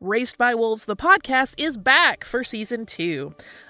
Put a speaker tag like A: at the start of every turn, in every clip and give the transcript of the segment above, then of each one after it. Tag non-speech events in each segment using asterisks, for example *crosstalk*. A: Raised by Wolves, the podcast, is back for season two.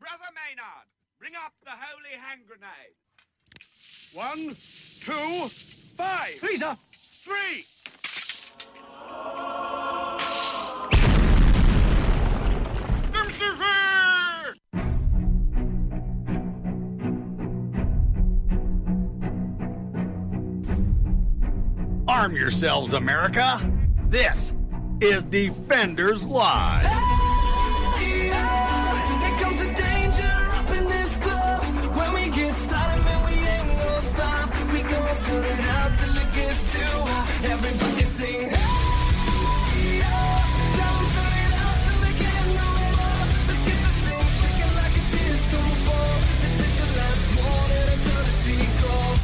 B: Brother Maynard, bring up the holy hand grenade. One, two, five. Lisa! Three!
C: Arm yourselves, America. This is Defenders Live.
D: Here comes the danger up in this club. When we get started, man, we ain't gonna stop. We gonna turn it out till it gets too hot. Everybody sing. "Hey, yo." Don't turn it out till they get no more. Let's get this thing shaking like a disco ball. This is your last warning, a courtesy call.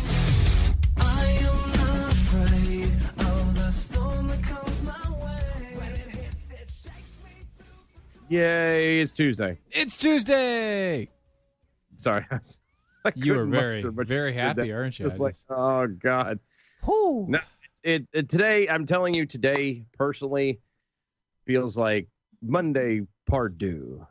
D: I am not afraid of the storm that comes my way. When it hits, it shakes me to
E: Yay, it's Tuesday.
F: It's Tuesday.
E: Sorry. *laughs* I was- I
F: You were
E: couldn't
F: very,
E: muster much
F: very
E: to do
F: happy,
E: that.
F: aren't you?
E: It's
F: I
E: like,
F: just-
E: oh God. No, it, it today, I'm telling you, today personally feels like Monday Pardue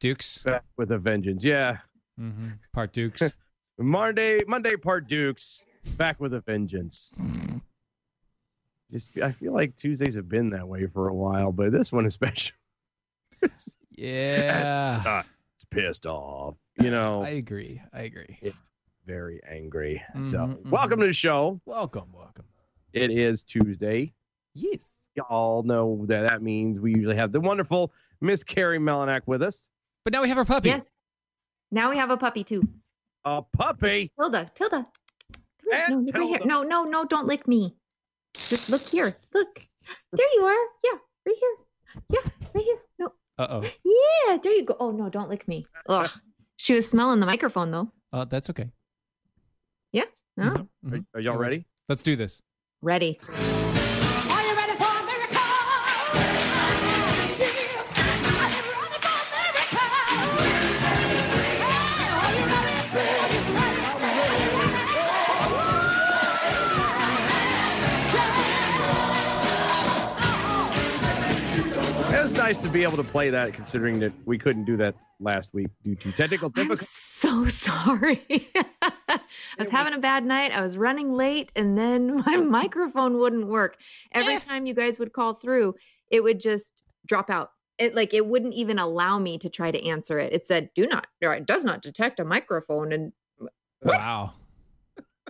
F: Dukes.
E: back with a vengeance. Yeah. Mm-hmm.
F: hmm
E: *laughs*
F: Part Dukes.
E: Monday, Monday Pardukes back with a vengeance. Just I feel like Tuesdays have been that way for a while, but this one is *laughs* special. it's,
F: yeah.
E: uh, it's pissed off. You know,
F: I agree. I agree.
E: very angry. So
F: Mhm,
E: welcome to the show.
F: Welcome, welcome.
E: It is Tuesday.
F: Yes.
E: Y'all know that that means we usually have the wonderful Miss Carrie Melanak with us.
F: But now we have our puppy.
G: Yes. Now we have a puppy too.
E: A puppy.
G: Tilda, Tilda. Come here.
E: And
G: No, look right here.
E: Tilda.
G: no, no, no, don't lick me. Just look here. Look. There you are. Yeah, right here. Yeah, right here. No.
F: Uh oh.
G: Yeah, there you go. Oh no, don't lick me. Ugh. She was smelling the microphone though.
F: Uh, that's okay.
G: Yeah. No.
F: Mhm,
E: Are,
F: mhm.
E: are y'all
F: It works.
E: ready?
F: Let's do this.
G: Ready.
D: Are you ready for a miracle? Jesus. Are you ready for a miracle? Hey, are you ready? Are you ready? Are you
E: It's nice to be able to play that considering that we couldn't do that last week due to technical
G: I'm
E: difficulties.
G: so *laughs* sorry. I was having a bad night. I was running late, and then *laughs* my microphone wouldn't work. Every time you guys would call through, it would just drop out. It like it wouldn't even allow me to try to answer it. It said, "Do not, or it does not detect a microphone." And
F: Wow.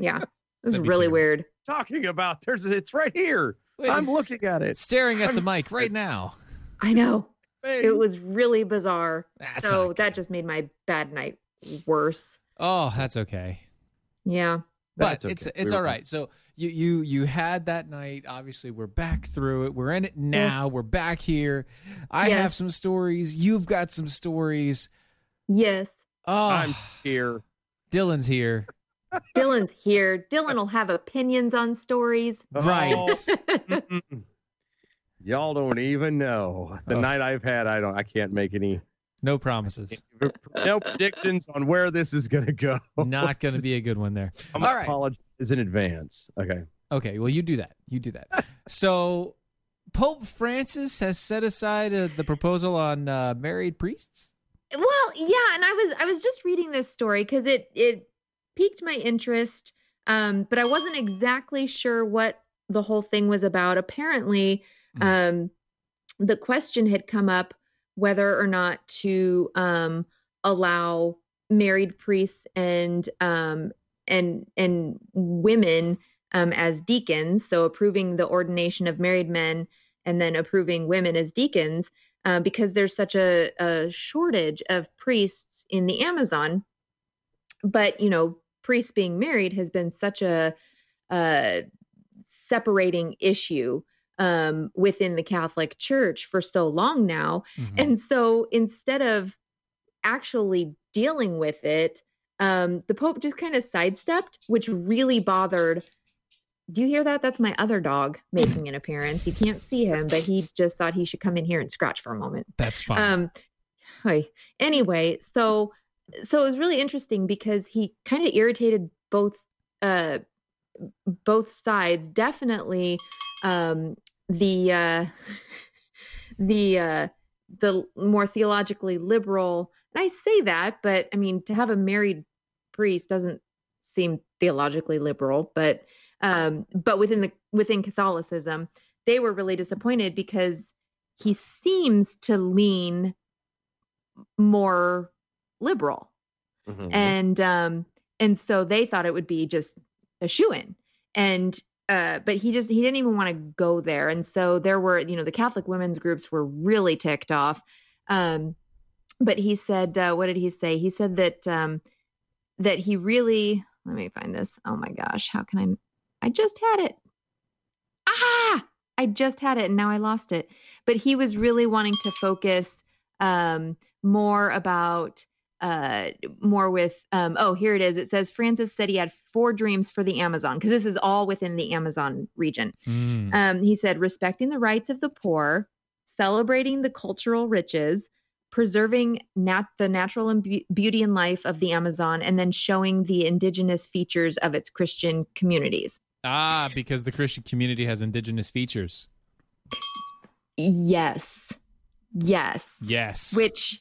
G: yeah, it was
F: That'd be
G: really
F: terrible.
G: weird.
E: Talking about there's it's right here.
F: Wait,
E: I'm looking at it.
F: staring at the mic right now.
G: I know.
E: Hey.
G: It was really bizarre.
F: That's
G: so
F: not
G: that just made my bad night worse.
F: Oh, that's okay.
G: Yeah.
F: But
E: That's okay.
F: it's
E: We
F: it's
E: were
F: all
E: fine.
F: right. So you you you had that night. Obviously, we're back through it. We're in it now. We're back here. I
G: Yes.
F: have some stories. You've got some stories.
G: Yes.
F: Oh,
E: I'm here.
F: Dylan's here.
G: Dylan's here. Dylan will have opinions on stories.
F: Right.
E: Mm-mm. Y'all don't even know the
F: Ugh.
E: night I've had. I don't. I can't make any
G: *laughs*
F: No promises.
E: no predictions on where this is gonna go.
G: Oh.
F: Not going to be a good one there.
E: I'm
F: All right.
E: apologize in advance. Okay.
F: Okay, well, you do that. You do that. so, Pope Francis has set aside uh, the proposal on uh, married priests.
G: Well, yeah, and I was I was just reading this story because it it piqued my interest, um, but I wasn't exactly sure what the whole thing was about. Apparently,
F: Hmm.
G: um, the question had come up whether or not to um, allow married priests and um, and and women um, as deacons, so approving the ordination of married men and then approving women as deacons uh, because there's such a, a shortage of priests in the Amazon. But you know, priests being married has been such a uh, separating issue um, within the Catholic Church for so long now,
F: Mm-hmm.
G: and so instead of actually dealing with it, um, the Pope just kind of sidestepped, which really bothered. Do you hear that? That's my other dog making an appearance. You can't see him, but he just thought he should come in here and scratch for a moment.
F: That's fine.
G: Um, hi. Anyway, so so it was really interesting because he kind of irritated both uh, both sides. Definitely um, the uh, *laughs* the uh, the more theologically liberal. And I say that, but I mean to have a married priest doesn't seem theologically liberal. But um, but within the within Catholicism, they were really disappointed because he seems to lean more liberal Mm-hmm.
E: Mm-hmm.
G: and um and so they thought it would be just a shoe in and uh but he just he didn't even want to go there and so there were you know the catholic women's groups were really ticked off um but he said uh, what did he say he said that um that he really let me find this oh my gosh how can i i just had it ah i just had it and now i lost it but he was really wanting to focus um more about uh more with um oh here it is it says francis said he had four dreams for the amazon because this is all within the amazon region
F: Mm.
G: um he said respecting the rights of the poor celebrating the cultural riches preserving nat- the natural and beau- beauty and life of the amazon and then showing the indigenous features of its christian communities
F: ah, because the Christian community has indigenous features.
G: yes yes
F: Yes.
G: which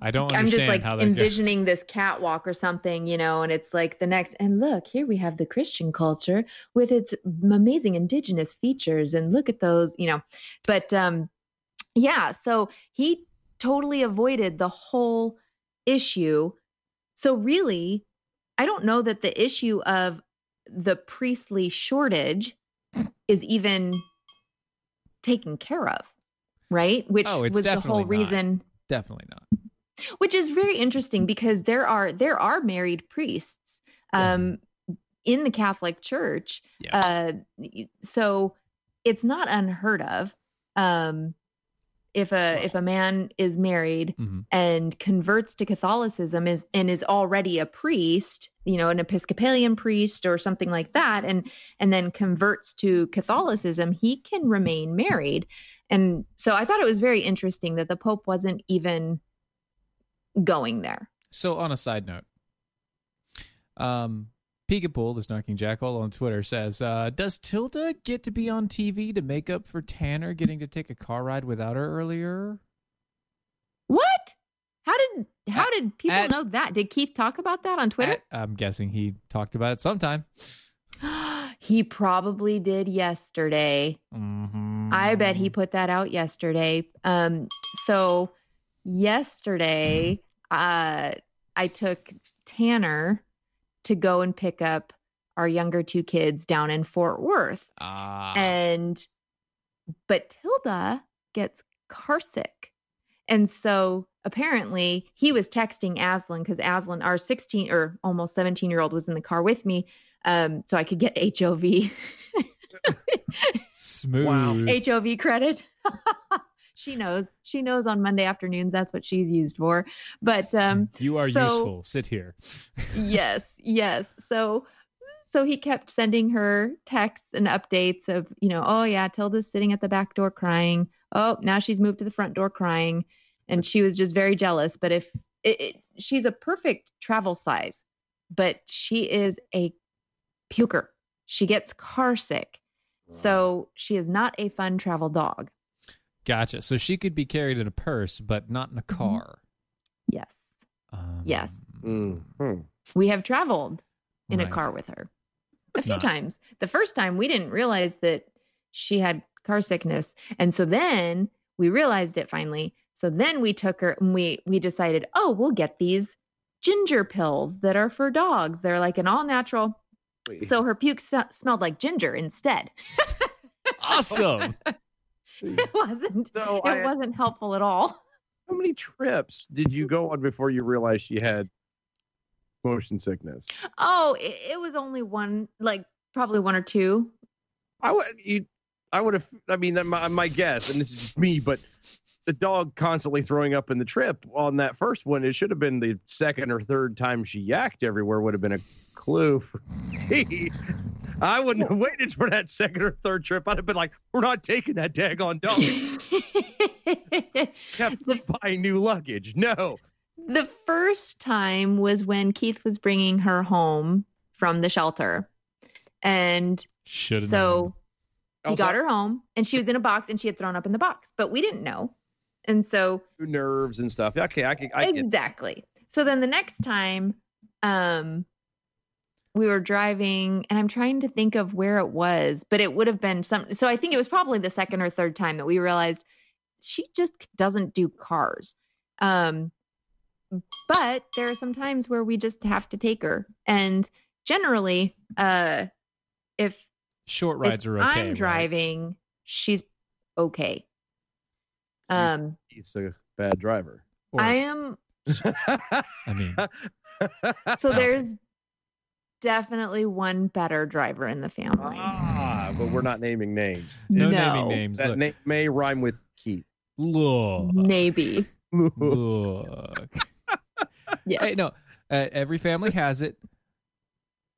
F: I don't
G: I'm
F: understand
G: just like
F: how that
G: envisioning
F: goes.
G: this catwalk or something, you know, and it's like the next, and look, here we have the Christian culture with its m- amazing indigenous features, and look at those, you know. But um, yeah, so he totally avoided the whole issue. So really, I don't know that the issue of the priestly shortage is even taken care of, right? Which
F: Oh, it's
G: was the
F: definitely
G: whole
F: not.
G: reason
F: Definitely not.
G: which is very interesting because there are there are married priests
F: Yes.
G: um in the catholic church
F: Yeah.
G: uh y- so it's not unheard of um if a if a man is married
F: Mhm.
G: and converts to catholicism is and is already a priest you know an episcopalian priest or something like that and and then converts to catholicism he can remain married and so i thought it was very interesting that the pope wasn't even going there.
F: So, on a side note, um, Peekapool, the snarking jackal on Twitter, says, uh, "Does Tilda get to be on TV to make up for Tanner getting to take a car ride without her earlier?"
G: What? How did how
F: At-
G: did people
F: at-
G: know that? Did Keith talk about that on Twitter?
F: I- I'm guessing he talked about it sometime.
G: *gasps* he probably did yesterday.
F: Mm-hmm.
G: I bet he put that out yesterday. Um so yesterday uh I took Tanner to go and pick up our younger two kids down in Fort Worth.
F: Ah.
G: And but Tilda gets carsick. And so apparently he was texting Aslan because Aslan, our 16 or almost 17 year old, was in the car with me. Um, so I could get HOV,
F: smooth.
G: HOV credit. *laughs* she knows. She knows on Monday afternoons that's what she's used for.
F: *laughs*
G: But um
F: you are
G: so-
F: useful. Sit here.
G: yes, yes. So so he kept sending her texts and updates of, you know, oh yeah, Tilda's sitting at the back door crying. Oh, now she's moved to the front door crying. And she was just very jealous. But if it, it, she's a perfect travel size, but she is a puker. She gets car sick. So she is not a fun travel dog.
F: Gotcha. So she could be carried in a purse, but not in a car.
G: Yes.
F: Um,
G: Mm-hmm. Yes.
E: Mm-hmm.
G: We have traveled in a
F: right.
G: car with her a
F: It's
G: few
F: not-
G: times. The first time we didn't realize that she had car sickness, and so then we realized it finally. So then we took her and we we decided, oh, we'll get these ginger pills that are for dogs. They're like an all natural. So her puke s- smelled like ginger instead. *laughs*
F: Awesome.
G: It wasn't.
E: So
G: It
E: I,
G: wasn't helpful at all.
E: how many trips did you go on before you realized she had motion sickness?
G: Oh, it, it was only one, like probably one or two.
E: I would you, I would have. I mean, that my, my guess, and this is just me, but the dog constantly throwing up in the trip on that first one. It should have been the second or third time she yacked everywhere would have been a clue for *laughs* me. I wouldn't have waited for that second or third trip. I'd have been like, "We're not taking that daggone
G: *laughs*
E: dog." Kept buying new luggage. No,
G: The first time was when Keith was bringing her home from the shelter. And
F: Should have.
G: so he
E: Also,
G: got her home and she was in a box and she had thrown up in the box, but we didn't know. And so
E: new nerves and stuff. Okay, I can. I can.
G: exactly. So then the next time um we were driving and I'm trying to think of where it was, but it would have been some so I think it was probably the second or third time that we realized she just doesn't do cars. Um but there are some times where we just have to take her and generally uh if
F: Short rides
G: if
F: are okay.
G: I'm
F: right?
G: driving, she's okay.
E: He's-
G: Um
E: He's a bad driver. *laughs*
F: Or-
G: I am
F: I mean,
G: so
F: Okay.
G: there's definitely one better driver in the family.
E: ah, but we're not naming names.
F: no,
G: No.
F: naming names.
E: That
F: Look.
E: name may rhyme with
F: *laughs*
E: Keith.
F: Look.
G: Maybe.
E: *laughs*
F: Look.
G: Yeah.
F: Hey, no. Uh, every family has it.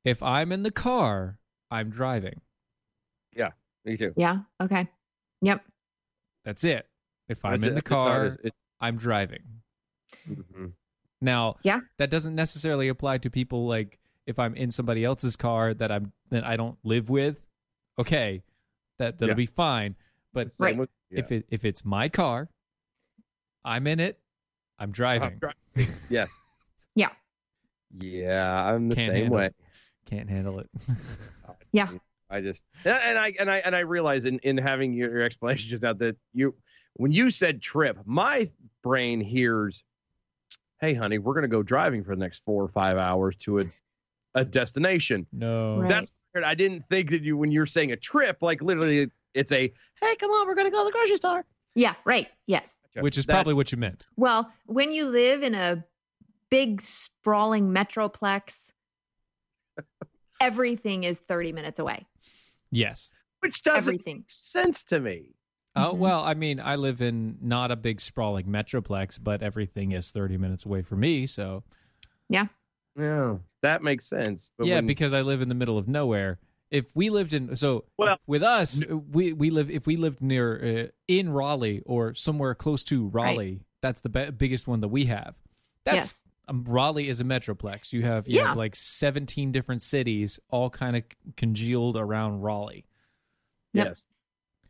F: If I'm in the car, I'm driving.
E: Me too.
G: Yeah. Okay. Yep.
F: That's it. If I'm
E: That's
F: in
E: it.
F: the
E: That's how
F: car,
E: it is. It-
F: I'm driving.
E: mhm.
F: Now,
G: Yeah.
F: that doesn't necessarily apply to people like if I'm in somebody else's car that I'm that I don't live with. Okay, that that'll
E: Yeah.
F: be fine. But
E: Same
G: Right.
E: with- yeah.
F: if it if it's my car, I'm in it. I'm
E: Uh-huh.
F: driving.
E: I'm
F: *laughs*
E: driving. yes.
G: Yeah.
E: Yeah, I'm the
F: Can't
E: same
F: handle
E: way.
F: it. Can't handle it. *laughs*
E: I just and and I and I and I realize in in having your, your explanation just now that you when you said trip, my brain hears, "Hey, honey, we're gonna go driving for the next four or five hours to a a destination."
F: no.
G: Right.
E: Oh. That's weird. I didn't think that you when you're saying a trip, like literally, it's a hey, come on, we're gonna go to the grocery store,
G: Yeah. Right. Yes.
F: Which is
E: That's-
F: probably what you meant.
G: Well, when you live in a big sprawling metroplex, everything is 30 minutes away.
F: Yes.
E: which doesn't
G: Everything.
E: make sense to me.
F: Oh
G: Mhm.
F: well, I mean, I live in not a big sprawling metroplex, but everything is thirty minutes away from me. So
E: Yeah, that makes sense. But
F: yeah,
E: when-
F: because I live in the middle of nowhere. If we lived in so
E: Well-
F: with us, we we live if we lived near uh, in Raleigh or somewhere close to Raleigh, that's the be- biggest one that we have. That's
G: yes.
F: um, Raleigh is a metroplex. You have you
G: Yeah.
F: have like seventeen different cities all kind of congealed around Raleigh.
G: Yep.
E: yes,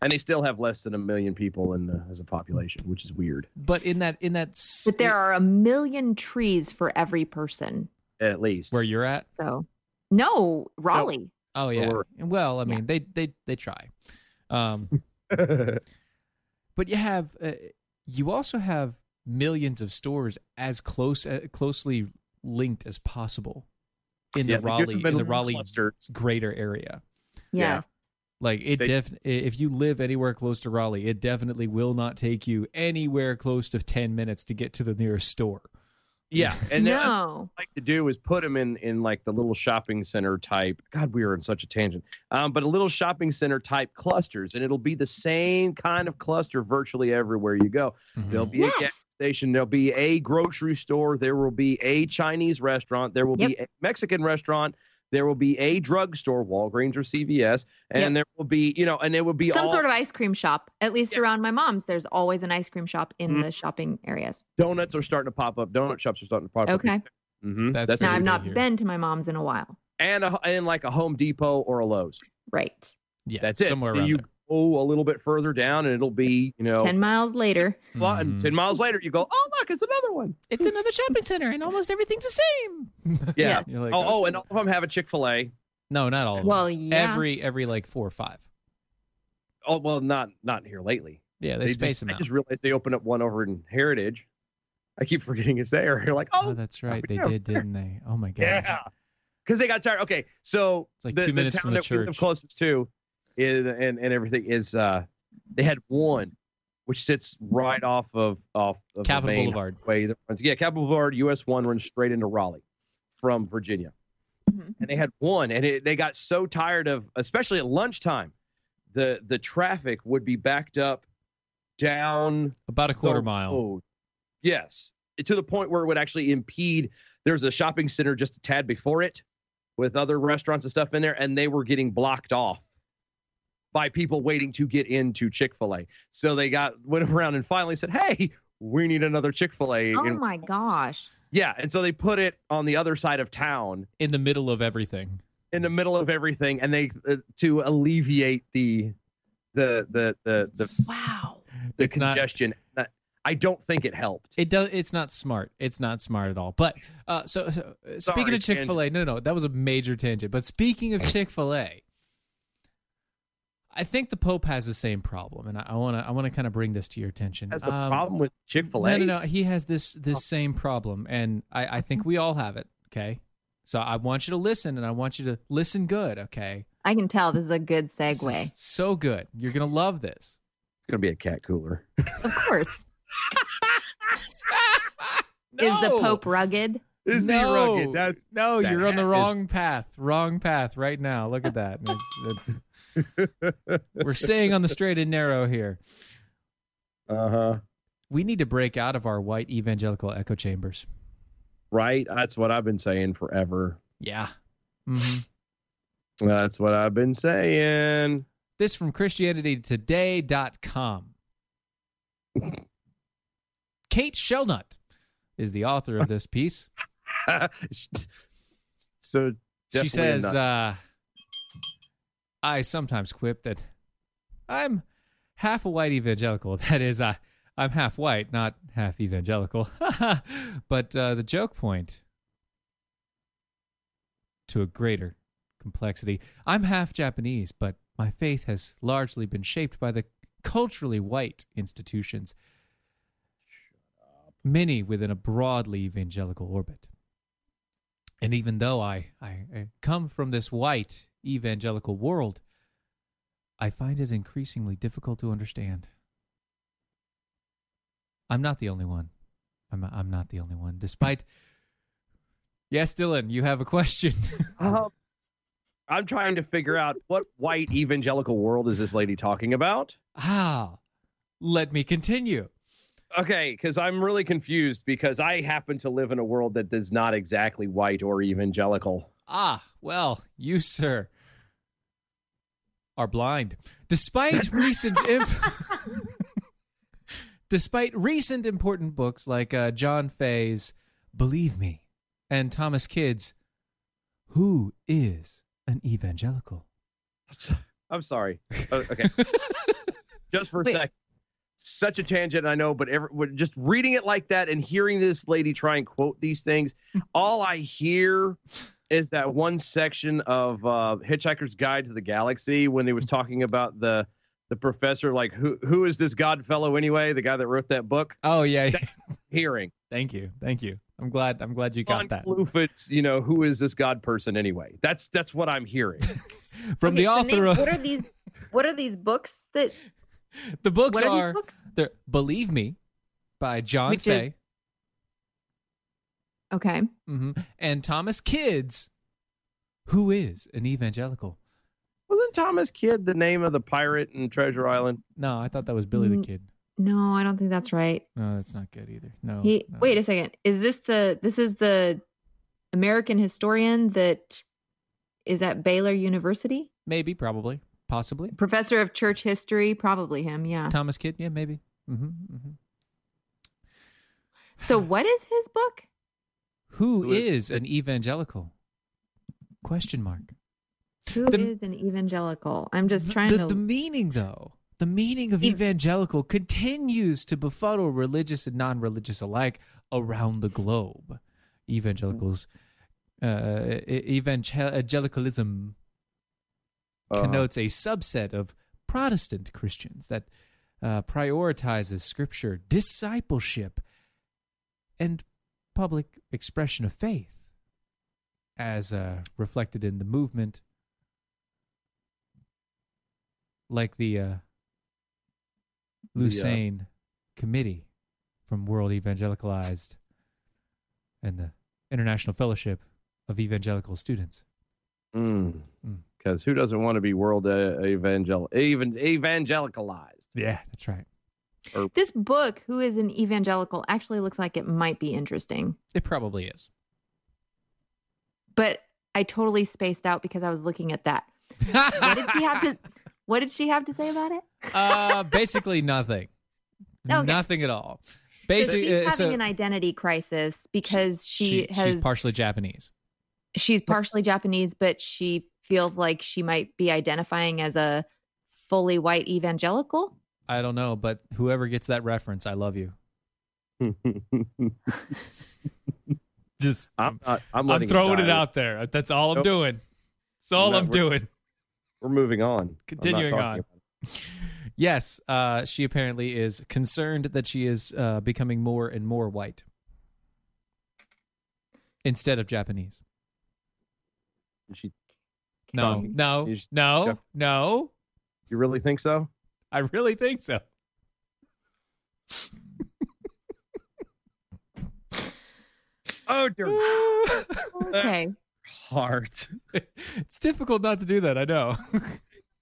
E: and they still have less than a million people in the, as a population, which is weird.
F: But in that in that s-
G: But there are a million trees for every person.
E: At least
F: *laughs* where you're at.
G: So, no, Raleigh.
F: Oh yeah.
E: Or-
F: well, I
G: Yeah.
F: mean, they they they try. Um, but you have uh, you also have millions of stores as close uh, closely linked as possible in
E: yeah, they
F: the
E: do
F: Raleigh in
E: middle
F: the
E: of
F: Raleigh
E: cluster.
F: greater area.
E: Yeah.
G: Yes.
F: Like it
E: They-
F: def if you live anywhere close to Raleigh, it definitely will not take you anywhere close to 10 minutes to get to the nearest store.
E: Yeah, and then um, what
G: no.
E: I like to do is put them in in like the little shopping center type. God, we are in such a tangent. Um, but a little shopping center type clusters, and it'll be the same kind of cluster virtually everywhere you go.
F: Mm-hmm.
E: There'll be
G: Yes.
E: a gas station. There'll be a grocery store. There will be a Chinese restaurant. There will be a Mexican restaurant. There will be a drugstore, Walgreens or CVS, and
G: Yep.
E: there will be you know, and it will be
G: Some
E: all
G: sort of ice cream shop. At least
E: Yeah.
G: around my mom's, there's always an ice cream shop in
F: Mm-hmm.
E: Mhm.
G: the shopping areas.
E: donuts are starting to pop up. Donut shops are starting to pop up.
G: Okay.
E: hmm
F: That's
E: That's,
F: So
G: Now
F: we
G: I've
F: do
G: not
F: here.
G: been to my mom's in a while.
E: and a, and like a Home Depot or a Lowe's.
G: Right.
F: Yeah,
E: That's it.
F: Somewhere
E: Then
F: around
E: you
F: there.
E: go a little bit further down, and it'll be you
F: Oh.
E: know,
G: Ten miles later.
E: blah, and
F: Mhm.
E: ten miles later, you go, oh look, it's another
G: *laughs*
E: one.
F: It's another shopping center, and almost everything's the same.
E: Yeah.
F: You're like,
E: Oh, oh, and all of them have a Chick Fil A.
F: no, not all. Of them.
G: Well, yeah.
F: Oh, every every like four or five.
E: Oh well, not not here lately.
F: Yeah, they,
E: just-
F: space them
E: I
F: out.
E: just realized they opened up one over in Heritage. I keep *laughs* forgetting it's there. You're like,
F: Oh,
E: oh,
F: that's right. They
E: yeah,
F: did, didn't they? Oh my god.
E: yeah, because they got tired. Okay, so
F: It's like
E: the,
F: two
E: the
F: minutes
E: town
F: from the
E: that we live
F: church.
E: closest to, is and and everything is uh, they had one, which sits right off of off of the
F: Capitol
E: main
F: Boulevard.
E: way that runs. Yeah, Capitol Boulevard, US one runs straight into Raleigh from Virginia.
G: Mhm.
E: And they had one, and it, they got so tired of, especially at lunchtime, the the traffic would be backed up down
F: About a quarter mile.
E: road. oh, Yes, to the point where it would actually impede. There's a shopping center just a tad before it, with other restaurants and stuff in there, and they were getting blocked off by people waiting to get into Chick Fil A. So they got *laughs* went around and finally said, "Hey, we need another Chick Fil A."
G: Oh my gosh.
E: Yeah, and so they put it on the other side of town,
F: in the middle of everything.
E: in the middle of everything, and they uh, to alleviate the the the the the,
G: Wow.
E: the
F: It's not-
E: congestion. Not, I don't think it helped.
F: It does. It's not smart. It's not smart at all. But uh, so, so, uh, speaking
E: Sorry,
F: of Chick Fil A, no, no, that was a major tangent. But speaking of Chick Fil A, I think the Pope has the same problem, and I want to, I want to kind of bring this to your attention.
E: That's the
F: Um,
E: problem with Chick Fil A.
F: No, no, no. He has this
G: Oh.
F: this same problem, and I, I think we all have it. Okay, so I want you to listen, and I want you to listen good. Okay,
G: I can tell this is a good
F: This is
G: segue.
F: so good. You're gonna love this.
E: It's gonna be a cat cooler. *laughs*
G: Of
F: *laughs*
G: course.
F: no.
G: Is the Pope rugged?
E: Is he
F: no,
E: rugged? That's
F: no,
E: that
F: you're on the
E: hat is-
F: wrong path. Wrong path right now. Look at that. It's-
G: *laughs*
F: it's- we're staying on the straight and narrow here.
E: uh huh.
F: We need to break out of our white evangelical echo chambers.
E: Right. That's what I've been saying forever.
F: Yeah. hmm
E: That's what I've been saying. *laughs*
F: This from ChristianityToday.com. Kate Shelnut is the author of this piece.
E: so
F: she
E: Definitely
F: says, uh, I sometimes quip that I'm half a white evangelical. *laughs* That is, I, I'm half white, not half evangelical. *laughs* but uh, the joke point to a greater complexity. I'm half Japanese, but my faith has largely been shaped by the culturally white institutions, many within a broadly evangelical orbit. And even though I, I, I come from this white evangelical world, I find it increasingly difficult to understand. I'm not the only one. I'm, I'm not the only one. Despite. Yes, Dylan, you have a question. *laughs*
E: um, I'm trying to figure out what white evangelical world is this lady talking about?
F: ah, let me continue.
E: Okay, because I'm really confused because I happen to live in a world that is not exactly white or evangelical.
F: Ah, well, you, sir, are blind. Despite *laughs* recent imp- Despite recent important books like uh, John Fay's Believe Me and Thomas Kidd's Who is an Evangelical?
E: I'm
F: *laughs*
E: sorry. Uh, okay, just for a
G: Wait.
E: sec. Such a tangent, I know, but every, but just reading it like that and hearing this lady try and quote these things,
F: *laughs*
E: all I hear is that one section of uh, Hitchhiker's Guide to the Galaxy when they was talking about the the professor, like who who is this Godfellow anyway? The guy that wrote that book.
F: Oh, yeah.
E: Hearing
F: Thank you. Thank you. I'm glad. I'm glad you got
E: Von
F: that
E: Klufit's, you know, who is this god person anyway? That's that's what I'm
F: *laughs*
E: hearing.
F: from
G: Okay,
F: the
G: so
F: author
G: name-
F: of
G: What are these? What are these books that?
F: the books
G: What are,
F: are
G: these books?
F: they're Believe Me by John
G: Which is-
F: Fay
G: Okay.
F: hmm and Thomas Kids, who is an evangelical.
E: Wasn't Thomas Kidd the name of the pirate in Treasure Island?
F: No, I thought that was Billy the
G: Mm.
F: Kid.
G: No, I don't think that's right.
F: No, that's not good either. No.
G: He,
F: Oh, no.
G: wait a second. Is this the? This is the American historian that is at Baylor University,
F: Maybe, probably, possibly.
G: professor of church history. Probably him. Yeah.
F: Thomas Kidd, yeah, maybe. hmm hmm
G: So what is his book?
F: Who
E: Who is-
F: is an evangelical? Question mark.
G: Who is
F: The-
G: an evangelical? I'm just
F: Th-
G: trying
F: the,
G: to.
F: the meaning though the meaning of
G: Ev-
F: evangelical continues to befuddle religious and non-religious alike around the globe evangelicals uh, e- evangelicalism connotes a subset of protestant christians that uh, prioritizes scripture discipleship and public expression of faith as uh, reflected in the movement like the uh, Lucene Committee from World Evangelicalized and the International Fellowship of Evangelical Students.
E: Because
F: Mm.
E: who doesn't want to be world uh, evangel even evangelicalized? *laughs*
F: Yeah, that's right.
G: This book, Who is an Evangelical, actually looks like it might be interesting,
F: It probably is.
G: but I totally spaced out because I was looking at that. What did
F: *laughs*
G: she have to? What did she have to say about it?
F: uh, basically nothing.
G: *laughs* Okay.
F: Nothing at all.
G: So she's
F: Basically,
G: having
F: uh, so
G: an identity crisis because
F: she-
G: she, has
F: she's partially Japanese.
G: she's partially Japanese, but she feels like she might be identifying as a fully white evangelical.
F: I don't know, but whoever gets that reference, I love you. Just
E: I'm not, I'm,
F: I'm
E: letting
F: throwing it
E: die.
F: out there. That's all I'm
E: Nope.
F: doing. That's all
E: No,
F: I'm
E: we're-
F: doing.
E: We're moving on. I'm not
F: Continuing
E: talking
F: on.
E: about it.
F: *laughs* Yes, uh, she apparently is concerned that she is uh, becoming more and more white instead of Japanese.
E: She,
F: No,
E: Sorry.
F: no,
E: You sh-
F: no,
E: Jap-
F: no.
E: you really think so?
F: I really think so.
E: Oh dear
G: Okay.
E: *laughs* heart.
F: *laughs* it's difficult not to do that.
E: *laughs*
F: I know.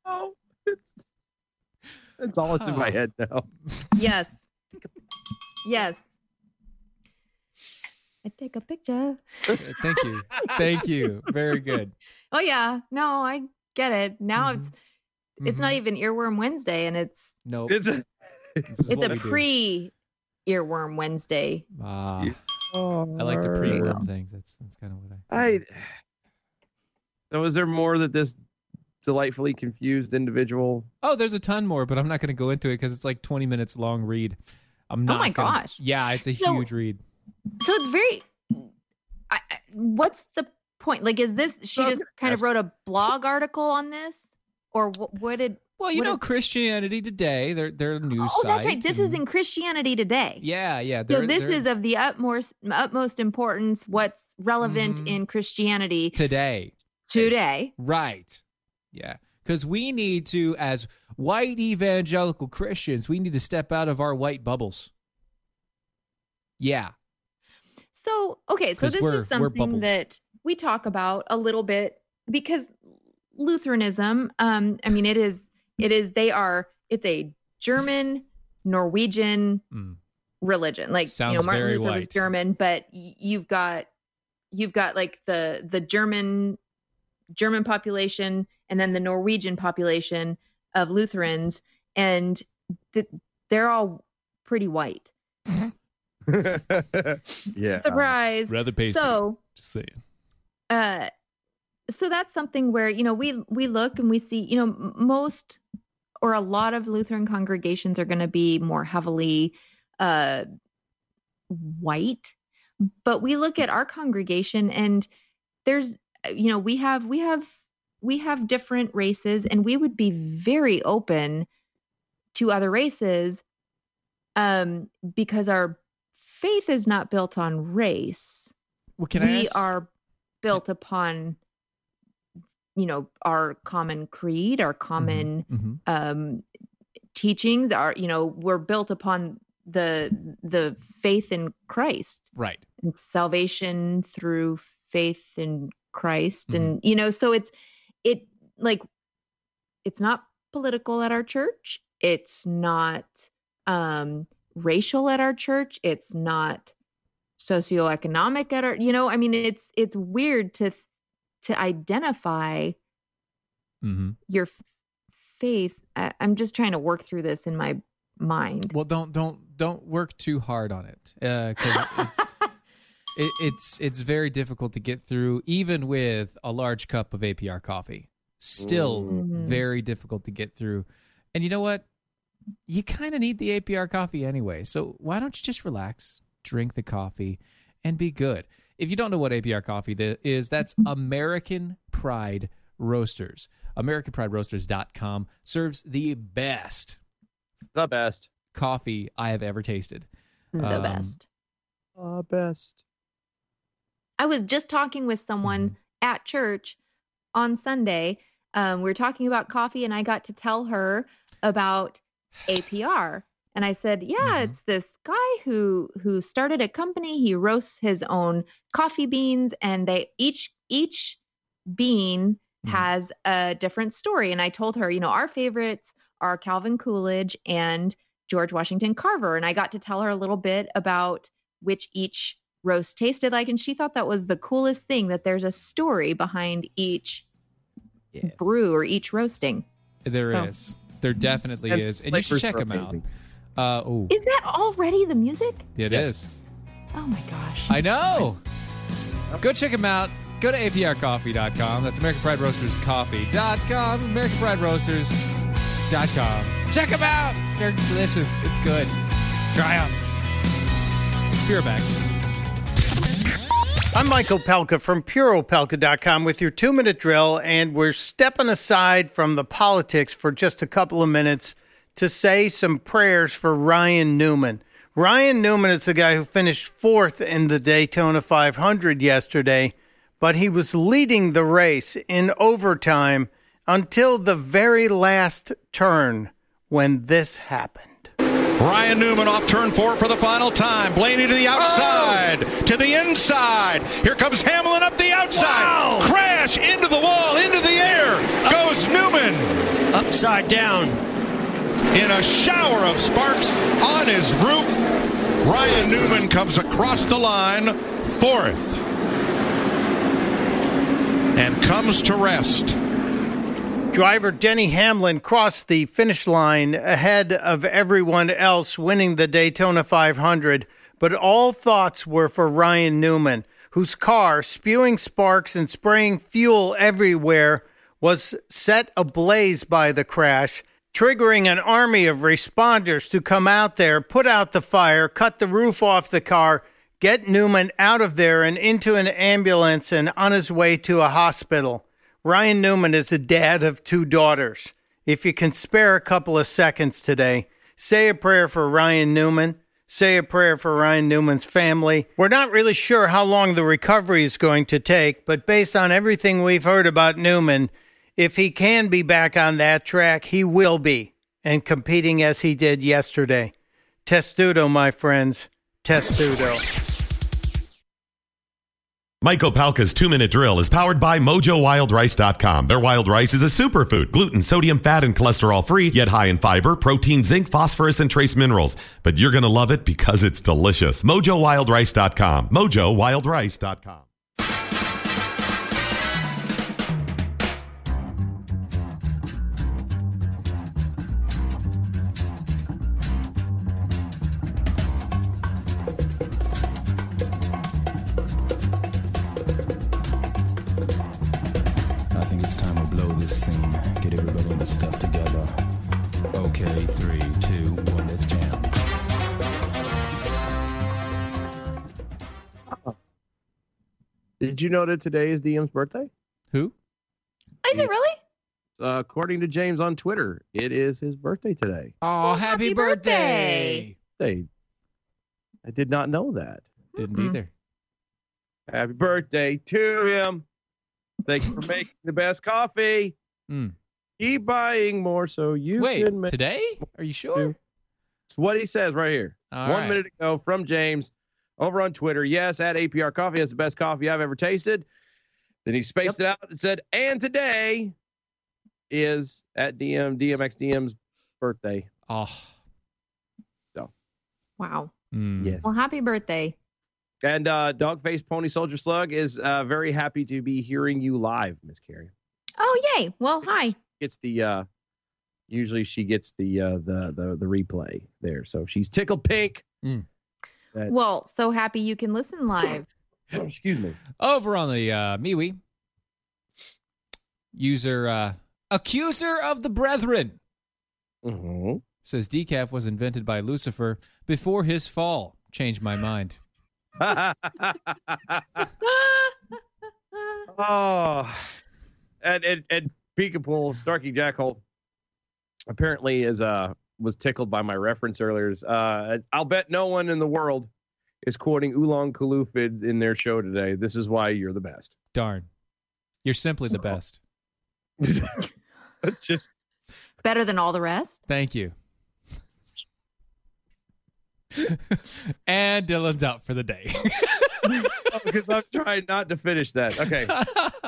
E: Oh, it's, that's all that's in my head
F: Oh.
E: now.
G: yes. Yes. I take a picture.
F: Thank you. Thank you. Very good.
G: Oh yeah. No, I get it. Now
F: Mhm.
G: it's it's not
F: Mhm.
G: even earworm Wednesday and it's
F: Nope.
E: It's a,
F: *laughs* This is
G: it's
F: what
G: a
F: we do.
G: pre earworm Wednesday.
F: Ah,
E: You-
F: I like the
G: There you
F: pre-worm
G: go.
F: things. That's that's kind of what I.
E: I. So was there more that this delightfully confused
G: *laughs*
E: individual? *laughs*
F: Oh, there's a ton more, but I'm not going to go into it because it's like 20 minutes long read. I'm
G: Oh
F: not.
G: my
F: gonna-
G: gosh.
F: Yeah, it's a
G: So-
F: huge read.
G: So it's very I, I- what's the point? Like is this she
E: Well, I'm
G: just
E: gonna
G: kind of
E: ask-
G: wrote a blog article on this or what, what did
F: Well, you
G: What
F: know,
G: if-
F: Christianity Today, they're they're a news
G: Oh, that's right.
F: site,
G: This is
F: and-
G: in Christianity today.
F: Yeah, yeah.
G: So
F: they're-
G: this
F: they're-
G: is of the utmost utmost importance. What's relevant
F: Mhm.
G: in Christianity
F: today,
G: today?
F: right? Yeah, because we need to, as white evangelical Christians, we need to step out of our white bubbles. Yeah,
G: So, okay, so
F: 'Cause
G: this
F: we're-
G: is
F: we're bubbled.
G: something that we talk about a little bit because Lutheranism, um, I mean, it is, it is, they are, it's a German, Norwegian
F: Mm.
G: religion. Like, you
F: Sounds
G: know, Martin
F: very
G: Luther was
F: white.
G: German, but y- you've got, you've got like the, the German, German population and then the Norwegian population of Lutherans. And th- they're all pretty white.
E: yeah.
G: Surprise.
F: rather pasty.
G: So,
F: just saying.
G: uh so that's something where you know we we look and we see you know m- most or a lot of lutheran congregations are going to be more heavily uh white but we look at our congregation and there's uh, you know we have we have we have different races and we would be very open to other races um because our faith is not built on race.
F: Well, can I
G: we
F: ask?
G: are built upon, you know, our common creed, our common
F: Mhm.
G: um, teachings. Our, you know, we're built upon the the faith in Christ
F: Right.
G: and salvation through faith in Christ, and you know, so it's it like it's not political at our church. It's not um, racial at our church. It's not socioeconomic at our. You know, I mean, it's it's weird to to identify
F: hmm
G: your f- faith. I, I'm just trying to work through this in my mind.
F: Well, don't don't don't work too hard on it because
G: *laughs*
F: it's, it, it's it's very difficult to get through, even with a large cup of APR coffee. Still
G: Mm.
F: very difficult to get through. And you know what? You kind of need the APR coffee anyway. So why don't you just relax, drink the coffee, and be good? If you don't know what APR coffee thi- is,
G: *laughs*
F: that's American Pride Roasters. AmericanPrideRoasters.com serves the best
E: The best.
F: coffee I have ever tasted.
G: the
F: um,
G: best.
E: The best.
G: I was just talking with someone at church on Sunday. Um, we were talking about coffee, and I got to tell her about APR. And I said, "Yeah,
F: Mhm.
G: it's this guy who who started a company. He roasts his own coffee beans, and they each each bean
F: Mhm.
G: has a different story." And I told her, you know, our favorites are Calvin Coolidge and George Washington Carver. And I got to tell her a little bit about which each roast tasted like. And she thought that was the coolest thing that there's a story behind each brew or each roasting.
F: There
G: So-
F: is. There definitely
E: And
F: is. And you should
E: flavors
F: check
E: are
F: them out.
E: amazing.
F: Uh, oh,
G: Is that already the music?
F: it is.
E: Yes.
G: Oh my gosh.
F: I know. Go check them out. Go to aprcoffee.com. That's American Pride Roasters Coffee.com. American Pride Roasters.com. Check them out. They're delicious. It's good. Try them. Spear back.
H: I'm Michael Pelka from PuroPelka.com with your two minute drill, and we're stepping aside from the politics for just a couple of minutes to say some prayers for Ryan Newman. Ryan Newman is the guy who finished fourth in the Daytona 500 yesterday, but he was leading the race in overtime until the very last turn when this happened.
I: Ryan Newman off turn four for the final time. Blaney
C: Oh!
I: to the outside, to the inside. Here comes Hamlin up the outside.
B: Wow.
I: Crash into the wall, into the air goes Newman
B: Upside down.
I: in a shower of sparks on his roof. Ryan Newman comes across the line fourth and comes to rest.
H: Driver Denny Hamlin crossed the finish line ahead of everyone else, winning the Daytona 500. But all thoughts were for Ryan Newman, whose car, spewing sparks and spraying fuel everywhere, was set ablaze by the crash, triggering an army of responders to come out there, put out the fire, cut the roof off the car, get Newman out of there and into an ambulance and on his way to a hospital. Ryan Newman is a dad of two daughters. If you can spare a couple of seconds today, say a prayer for Ryan Newman. Say a prayer for Ryan Newman's family. We're not really sure how long the recovery is going to take, but based on everything we've heard about Newman, if he can be back on that track, he will be, and competing as he did yesterday. Testudo, my friends. Testudo.
J: Michael Palka's two minute drill is powered by MojoWildRice.com. Their wild rice is a superfood, gluten, sodium, fat, and cholesterol free, yet high in fiber, protein, zinc, phosphorus, and trace minerals. But you're going to love it because it's delicious. MojoWildRice.com. MojoWildRice.com.
K: I think it's time to blow this scene. Get everybody in the stuff together. Okay, three, two, one, let's jam.
E: Did you know that today is DM's birthday?
F: Who?
G: Is it really?
E: Uh, according to James on Twitter, it is his birthday today.
F: Oh,
G: happy birthday.
E: Hey, I did not know that.
F: Didn't
E: Mm-hmm.
G: Mm-mm.
F: either.
E: Happy birthday to him. Thank you for making the best coffee.
F: Mm.
E: Keep buying more so you
F: Wait,
E: can make
F: today? Are you sure?
E: It's what he says right here.
F: All
E: One
F: right.
E: minute ago from James over on Twitter. Yes, at APR Coffee has the best coffee I've ever tasted. Then he spaced it out and said, and today is at DM DMX DM's birthday.
F: Oh.
G: Wow.
F: Mm.
E: Yes.
G: Well, happy birthday.
E: And uh Dogface Pony Soldier Slug is uh very happy to be hearing you live, Miss Carrie.
G: Oh, yay. Well, hi.
E: Gets the uh usually she gets the uh the the, the replay there. So she's tickled pink. *clears throat*
G: Well, so happy you can listen *laughs* live.
E: Excuse me.
F: Over on the uh, MeWe, user uh, accuser of the brethren *laughs*
E: *laughs* Mhm.
F: says decaf was invented by Lucifer before his fall. Changed my mind.
E: Oh, and and and Peekable Starkey Jackal apparently is uh was tickled by my reference earlier. Uh, I'll bet no one in the world is quoting Oolong Kalufid in their show today. This is why you're the best. *laughs*
F: Darn. You're simply the best.
E: Just
G: Better than all the rest.
F: Thank you. *laughs* and Dylan's out for the day. *laughs*
E: because oh, I'm trying not to finish that.
F: *laughs*
E: Okay,
F: *laughs*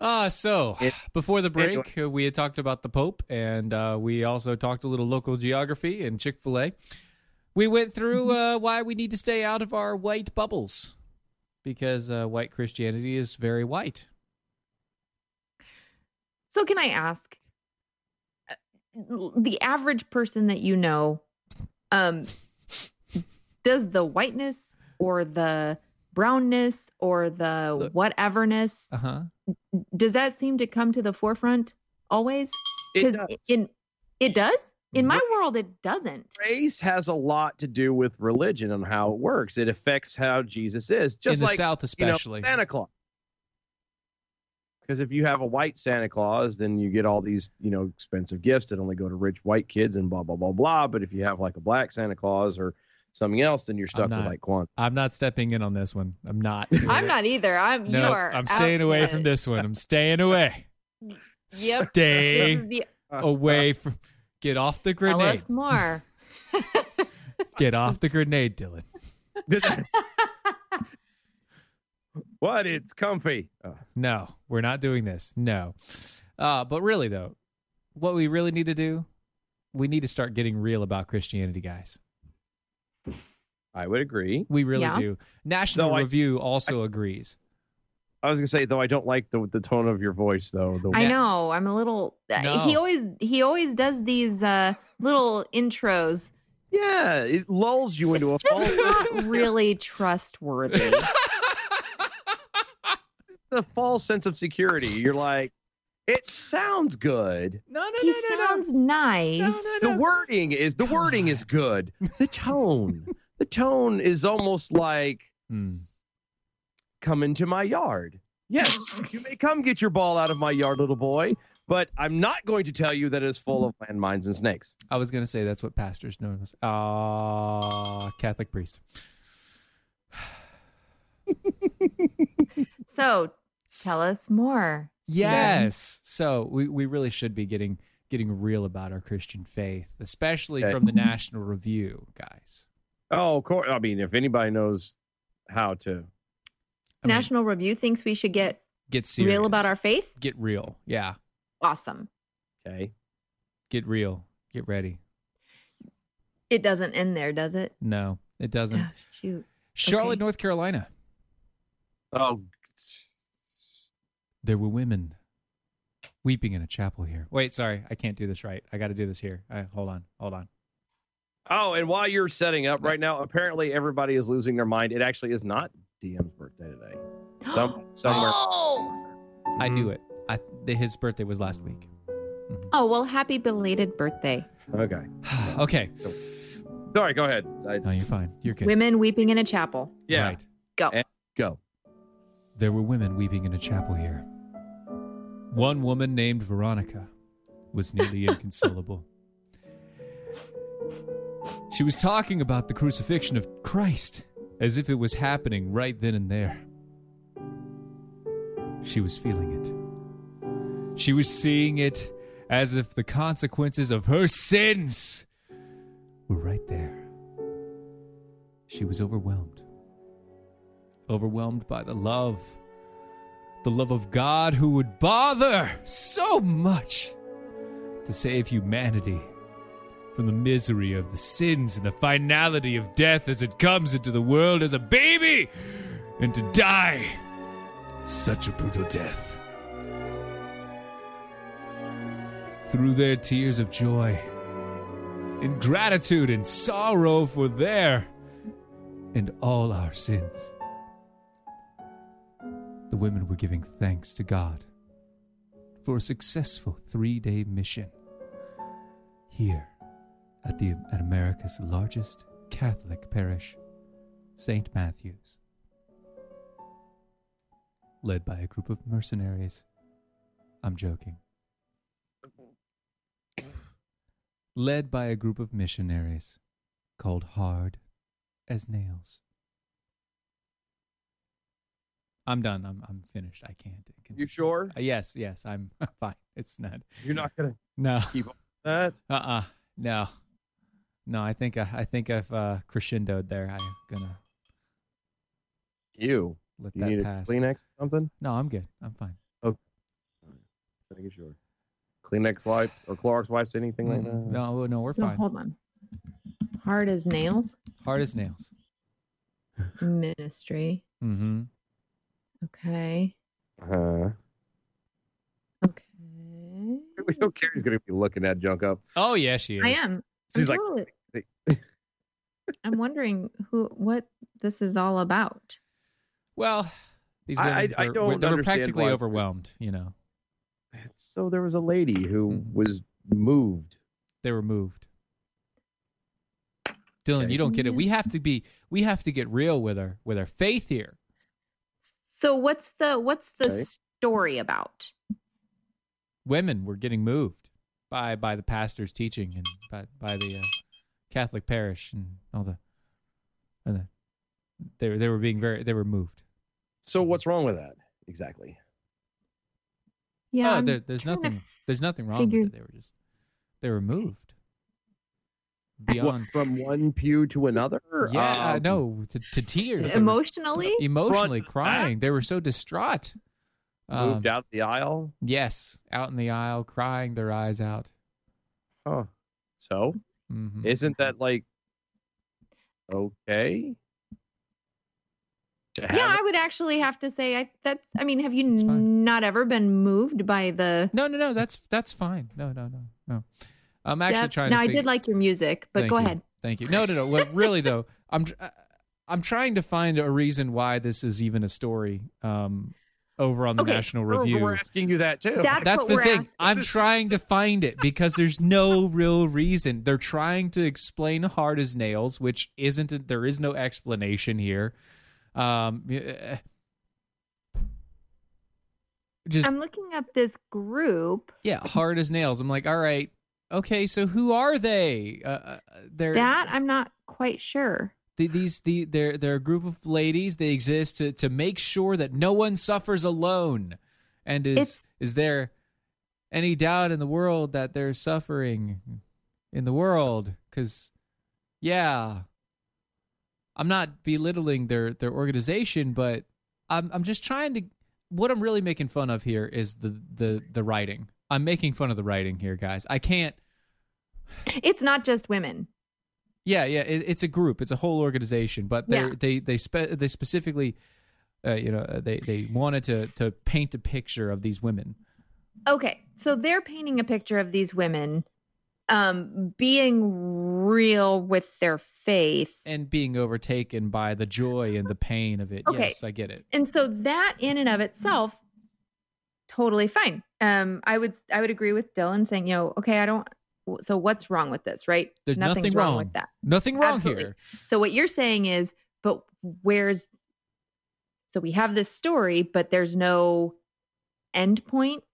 F: Ah, so
E: It-
F: before the break, uh, we had talked about the Pope, and uh, we also talked a little local geography and Chick Fil A. We went through
E: Mm-hmm.
F: uh, why we need to stay out of our white bubbles because uh, white Christianity is very white.
G: So, can I ask uh, the average person that you know, um, does the whiteness or the brownness or the
F: Look.
G: whateverness,
F: Uh huh.
G: does that seem to come to the forefront always?
E: it
G: 'Cause
E: does.
G: In, it does? In my world, it doesn't.
E: race has a lot to do with religion and how it works. It affects how Jesus is. Just
F: In the
E: like
F: South, especially.
E: You know, Santa Claus. Because if you have a white Santa Claus, then you get all these, you know, expensive gifts that only go to rich white kids and blah blah blah blah. But if you have like a black Santa Claus or something else, then you're stuck with
F: not-
E: like Kwanzaa.
F: I'm not stepping in on this one. I'm not.
G: I'm not either. I'm
F: No,
G: you are
F: I'm staying away from
G: outdid.
F: this one. I'm staying away.
G: *laughs* Yep.
F: Stay
G: This is the-
F: *laughs*
E: *laughs*
F: away from. Get off the
G: tell
F: grenade.
G: us more.
F: Get off the grenade, Dylan.
E: what? It's comfy. Uh,
F: No, we're not doing this. No. Uh, but really, though, what we really need to do, we need to start getting real about Christianity, guys.
E: I would agree.
F: We really
G: Yeah.
F: do. National
E: No, I-
F: Review also agrees.
E: I was gonna say though, I don't like the the tone of your voice though. The
G: *laughs* I know. I'm a little. uh He
F: No.
G: always he always does these uh, little intros.
E: yeah, it lulls you
F: *laughs*
E: into a
G: Just
E: false,
G: not really trustworthy.
E: a false sense of security. You're like, it sounds good.
F: No, no,
G: he sounds nice.
E: the wording is the
F: Come
E: wording is good. The tone, the tone is almost like
F: Mm.
E: come into my yard. Yes, you may come get your ball out of my yard, little boy, but I'm not going to tell you that it's full of landmines and snakes.
F: I was going to say that's what pastors know. as- Ah, Catholic priest.
G: So tell us more.
F: Yes. So we, we really should be getting getting real about our Christian faith, especially
E: Okay.
F: from the National Review, guys.
E: Oh, of course. I mean, if anybody knows how to,
F: I mean,
G: National Review thinks we should get
F: get serious.
G: real about our faith.
F: get real. Yeah.
G: Awesome.
E: okay.
F: Get real. Get ready.
G: It doesn't end there, does it?
F: No, it doesn't.
G: Ah, shoot.
F: Charlotte,
G: Okay.
F: North Carolina.
E: Oh,
F: There were women weeping in a chapel here. Wait, sorry, I can't do this right. I got to do this here. All right, hold on, hold on.
E: oh, and while you're setting up right now, apparently everybody is losing their mind. It actually is not DM's birthday today. Some *gasps* somewhere.
G: *gasps* Oh!
F: I knew it. I th- his birthday was last week. *sighs*
G: Oh, well, happy belated birthday.
E: Okay.
F: okay.
E: Sorry. Go ahead. I,
F: No, you're fine. You're good.
G: Women weeping in a chapel.
E: yeah.
F: Right.
G: Go.
E: And- Go.
F: There were women weeping in a chapel here. One woman named Veronica was nearly inconsolable. She was talking about the crucifixion of Christ as if it was happening right then and there. She was feeling it. She was seeing it as if the consequences of her sins were right there. She was overwhelmed. Overwhelmed by the love. The love of God who would bother so much to save humanity from the misery of the sins and the finality of death as it comes into the world as a baby and to die such a brutal death. Through their tears of joy, in gratitude and sorrow for their and all our sins, the women were giving thanks to God for a successful three day mission here at, the, at America's largest Catholic parish, St. Matthew's, led by a group of mercenaries. I'm joking. Led by a group of missionaries called Hard as Nails. I'm done. I'm, I'm finished. I can't.
E: You sure?
F: Uh, yes, yes, I'm *laughs* fine. It's not.
E: You're not gonna *laughs*
F: No.
E: keep up with that?
F: Uh uh No. No, I think I, I think I've uh, crescendoed there. I'm gonna
E: You.
F: let
E: You
F: that
E: need
F: pass.
E: a Kleenex or something?
F: No, I'm good. I'm fine.
E: I think it's sure. Kleenex wipes or Clorox wipes, anything like
F: Mm,
E: that?
F: No, no, we're
G: No,
F: fine.
G: hold on. Hard as nails
F: Hard as nails.
G: ministry.
F: Mm-hmm. *laughs*
G: Okay.
E: Uh-huh. *laughs*
G: Okay.
E: We don't care. He's gonna be looking that junk up.
F: Oh yeah, she is.
G: I am.
E: She's
G: I'm
E: like,
G: totally- *laughs* I'm wondering who what this is all about.
F: Well, these women
E: I- I- I
F: were-
E: don't
F: they were
E: understand
F: practically
E: why-
F: overwhelmed. You know, Mm-hmm.
E: so there was a lady who
F: Mhm.
E: was moved.
F: they were moved. Dylan,
E: Okay.
F: you don't get it. We have to be. We have to get real with our with our faith here.
G: So what's the what's the
E: Okay.
G: story about?
F: Women were getting moved by by the pastor's teaching and by by the uh, Catholic parish and all the and the, they were they were being very they were moved.
E: So what's wrong with that exactly?
F: Oh,
G: Yeah. I'm
F: Uh, there, there's
G: trying to
F: nothing. There's nothing wrong
G: figure-
F: with it. They were just they were moved beyond.
E: From one pew to another?
F: yeah,
E: Um,
F: no, to, to tears, They were
G: Emotionally?
F: emotionally
E: Front to
F: crying. They were so distraught.
E: Moved
F: Um,
E: out the aisle.
F: Yes, out in the aisle, crying their eyes out.
E: Huh. So
F: Mhm.
E: isn't that like okay? To have
G: Yeah,
E: it?
G: I would actually have to say I that's I mean, have you
F: It's fine.
G: not ever been moved by the
F: No, no, no. That's that's fine. No, no, no, no. I'm actually
G: depth?
F: trying.
G: No,
F: to
G: I
F: figure-
G: did like your music, but
F: Thank
G: go
F: you.
G: ahead.
F: Thank you. No, no, no.
G: *laughs*
F: What really though? I'm tr- I- I'm trying to find a reason why this is even a story. Um, over on the
G: Okay.
F: National
E: We're-
F: Review.
E: We're asking you that too.
G: That's,
F: That's
G: what
F: the
G: we're
F: thing.
G: after.
F: I'm trying to find it because there's no real reason. They're trying to explain hard as nails, which isn't. There is no explanation here. Um, eh, just
G: I'm looking up this group.
F: yeah, hard as nails. I'm like, all right, okay. So who are they? Uh, Uh, they're
G: That I'm not quite sure.
F: the, these the they're they're a group of ladies. They exist to to make sure that no one suffers alone. And is
G: It's-
F: is there any doubt in the world that there's suffering in the world? Because yeah, I'm not belittling their their organization, but I'm I'm just trying to. What I'm really making fun of here is the the the writing. I'm making fun of the writing here, guys. I can't.
G: It's not just women.
F: Yeah, yeah, it, it's a group, it's a whole organization, but they
G: Yeah.
F: they they spe- they specifically, uh, you know, uh, they they wanted to to paint a picture of these women.
G: Okay, so they're painting a picture of these women um being real with their faith.
F: And being overtaken by the joy and the pain of it.
G: Okay.
F: Yes, I get it.
G: And so that in and of itself totally fine. Um I would I would agree with Dylan saying, you know, okay, I don't so what's wrong with this, right?
F: There's
G: Nothing's
F: nothing
G: wrong.
F: wrong.
G: with that.
F: Nothing wrong
G: Absolutely.
F: here.
G: So what you're saying is, but where's so we have this story, but there's no end point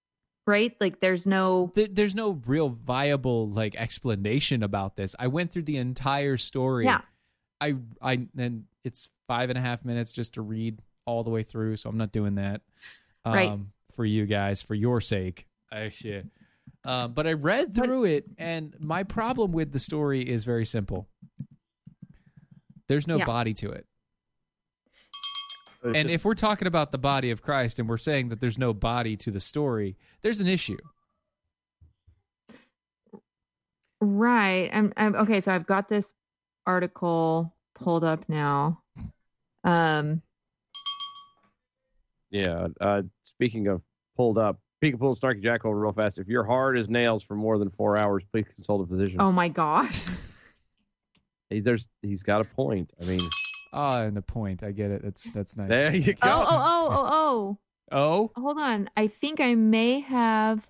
G: right? Like there's no
F: There- there's no real viable like explanation about this. I went through the entire story.
G: Yeah.
F: I I and it's five and a half minutes just to read all the way through, so I'm not doing that. um,
G: Right.
F: For you guys, for your sake. I shit. Uh, but I read through it, and my problem with the story is very simple. There's no
G: Yeah.
F: body to it. And if we're talking about the body of Christ and we're saying that there's no body to the story, there's an issue.
G: right. I'm, I'm okay. So I've got this article pulled up now. Um,
E: Yeah. Uh, speaking of pulled up, Peek pull Snarky Jackal real fast. If you're hard as nails for more than four hours, please consult a physician.
G: oh
F: *laughs*
G: my god.
E: He, there's he's got a point. I mean,
F: Ah, and a point. I get it. That's that's nice.
E: There you
G: Oh, oh, oh, oh,
F: Oh,
G: oh. Hold on. I think I may have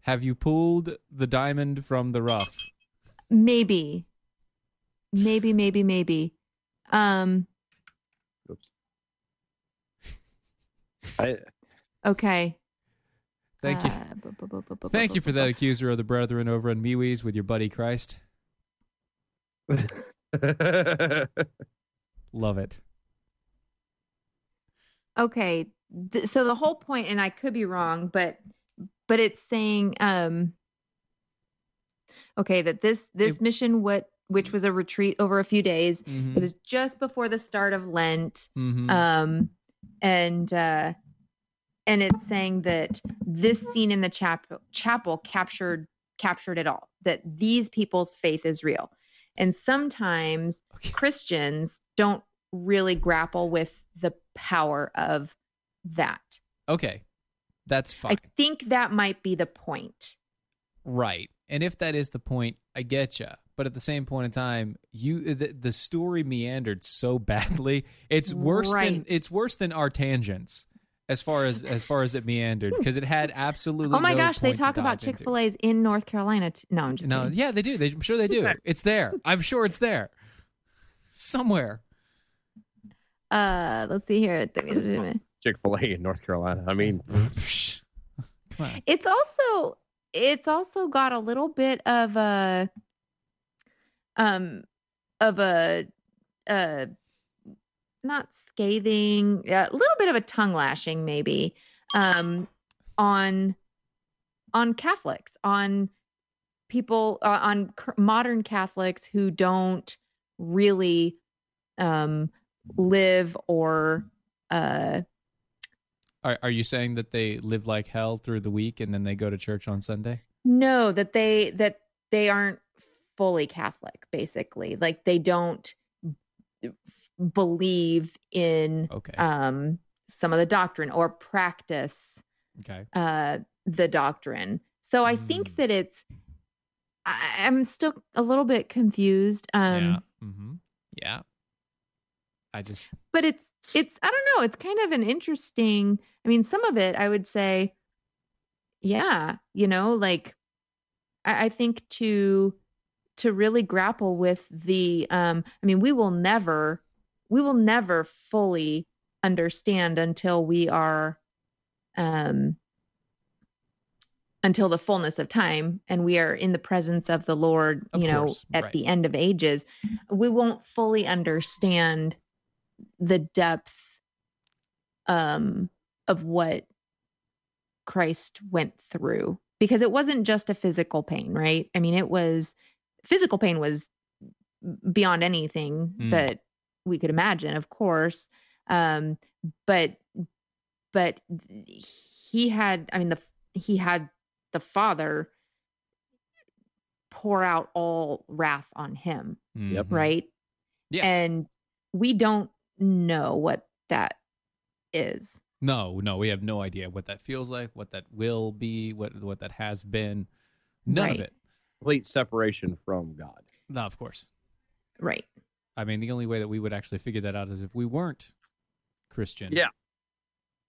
F: have you pulled the diamond from the rough?
G: maybe. Maybe, maybe, maybe. Um,
E: I, *laughs*
G: okay.
F: Thank you.
G: Uh, bu- bu- bu- bu- bu-
F: Thank
G: bu-
F: you for
G: bu-
F: that
G: bu-
F: accuser of the brethren over on MeWe's with your buddy Christ. Love it.
G: okay th- so the whole point and i could be wrong but but it's saying um okay that this this
F: It-
G: mission what which was a retreat over a few days
F: Mm-hmm.
G: it was just before the start of lent
F: mm-hmm.
G: um and uh and it's saying that this scene in the chapel chapel captured captured it all that these people's faith is real and sometimes
F: Okay.
G: christians don't really grapple with the power of that
F: okay, that's fine.
G: i think that might be the point
F: Right. And if that is the point, I get you. But at the same point in time, you uh, the, the story meandered so
G: *laughs*
F: badly. It's worse than
G: Right.
F: it's worse than our tangents as far as as far as it meandered because it had absolutely.
G: Hmm. oh my
F: no
G: gosh they
F: point to
G: talk about
F: dive into.
G: chick-fil-a's in north carolina t- no i'm just
F: No,
G: kidding.
F: yeah, they do. They, I'm sure they do. It's there. I'm sure it's
G: *laughs*
F: there somewhere.
G: uh let's see here
F: *laughs*
E: Chick Fil A in North Carolina. I mean,
F: Come on.
G: it's also it's also got a little bit of a um of a uh not scathing a little bit of a tongue lashing maybe um on on catholics on people uh, on cur- modern catholics who don't really um live or uh
F: Are, are you saying that they live like hell through the week and then they go to church on Sunday?
G: No, that they that they aren't fully Catholic, basically. Like they don't b- believe in
F: Okay.
G: um some of the doctrine or practice
F: okay.
G: uh the doctrine. So I think
F: Mm.
G: that it's I, I'm still a little bit confused. Um
F: yeah. Mm-hmm. Yeah. I just
G: but it's it's i don't know it's kind of an interesting i mean some of it i would say yeah you know like i, I think to to really grapple with the um i mean we will never we will never fully understand until we are um until the fullness of time and we are in the presence of the lord
F: Of
G: you know
F: course,
G: at
F: right.
G: the end of ages we won't fully understand the depth um of what Christ went through because it wasn't just a physical pain, right? I mean, it was physical pain was beyond anything
F: Mm.
G: that we could imagine, of course. Um, but but he had, I mean, the he had the father pour out all wrath on him,
E: Yep.
F: Mhm.
G: right?
F: Yeah.
G: And we don't know what that is.
F: No, no, we have no idea what that feels like, what that will be, what what that has been. None of
G: Right.
F: it.
E: complete separation from God.
F: No, of course.
G: Right.
F: I mean, the only way that we would actually figure that out is if we weren't Christian.
E: Yeah.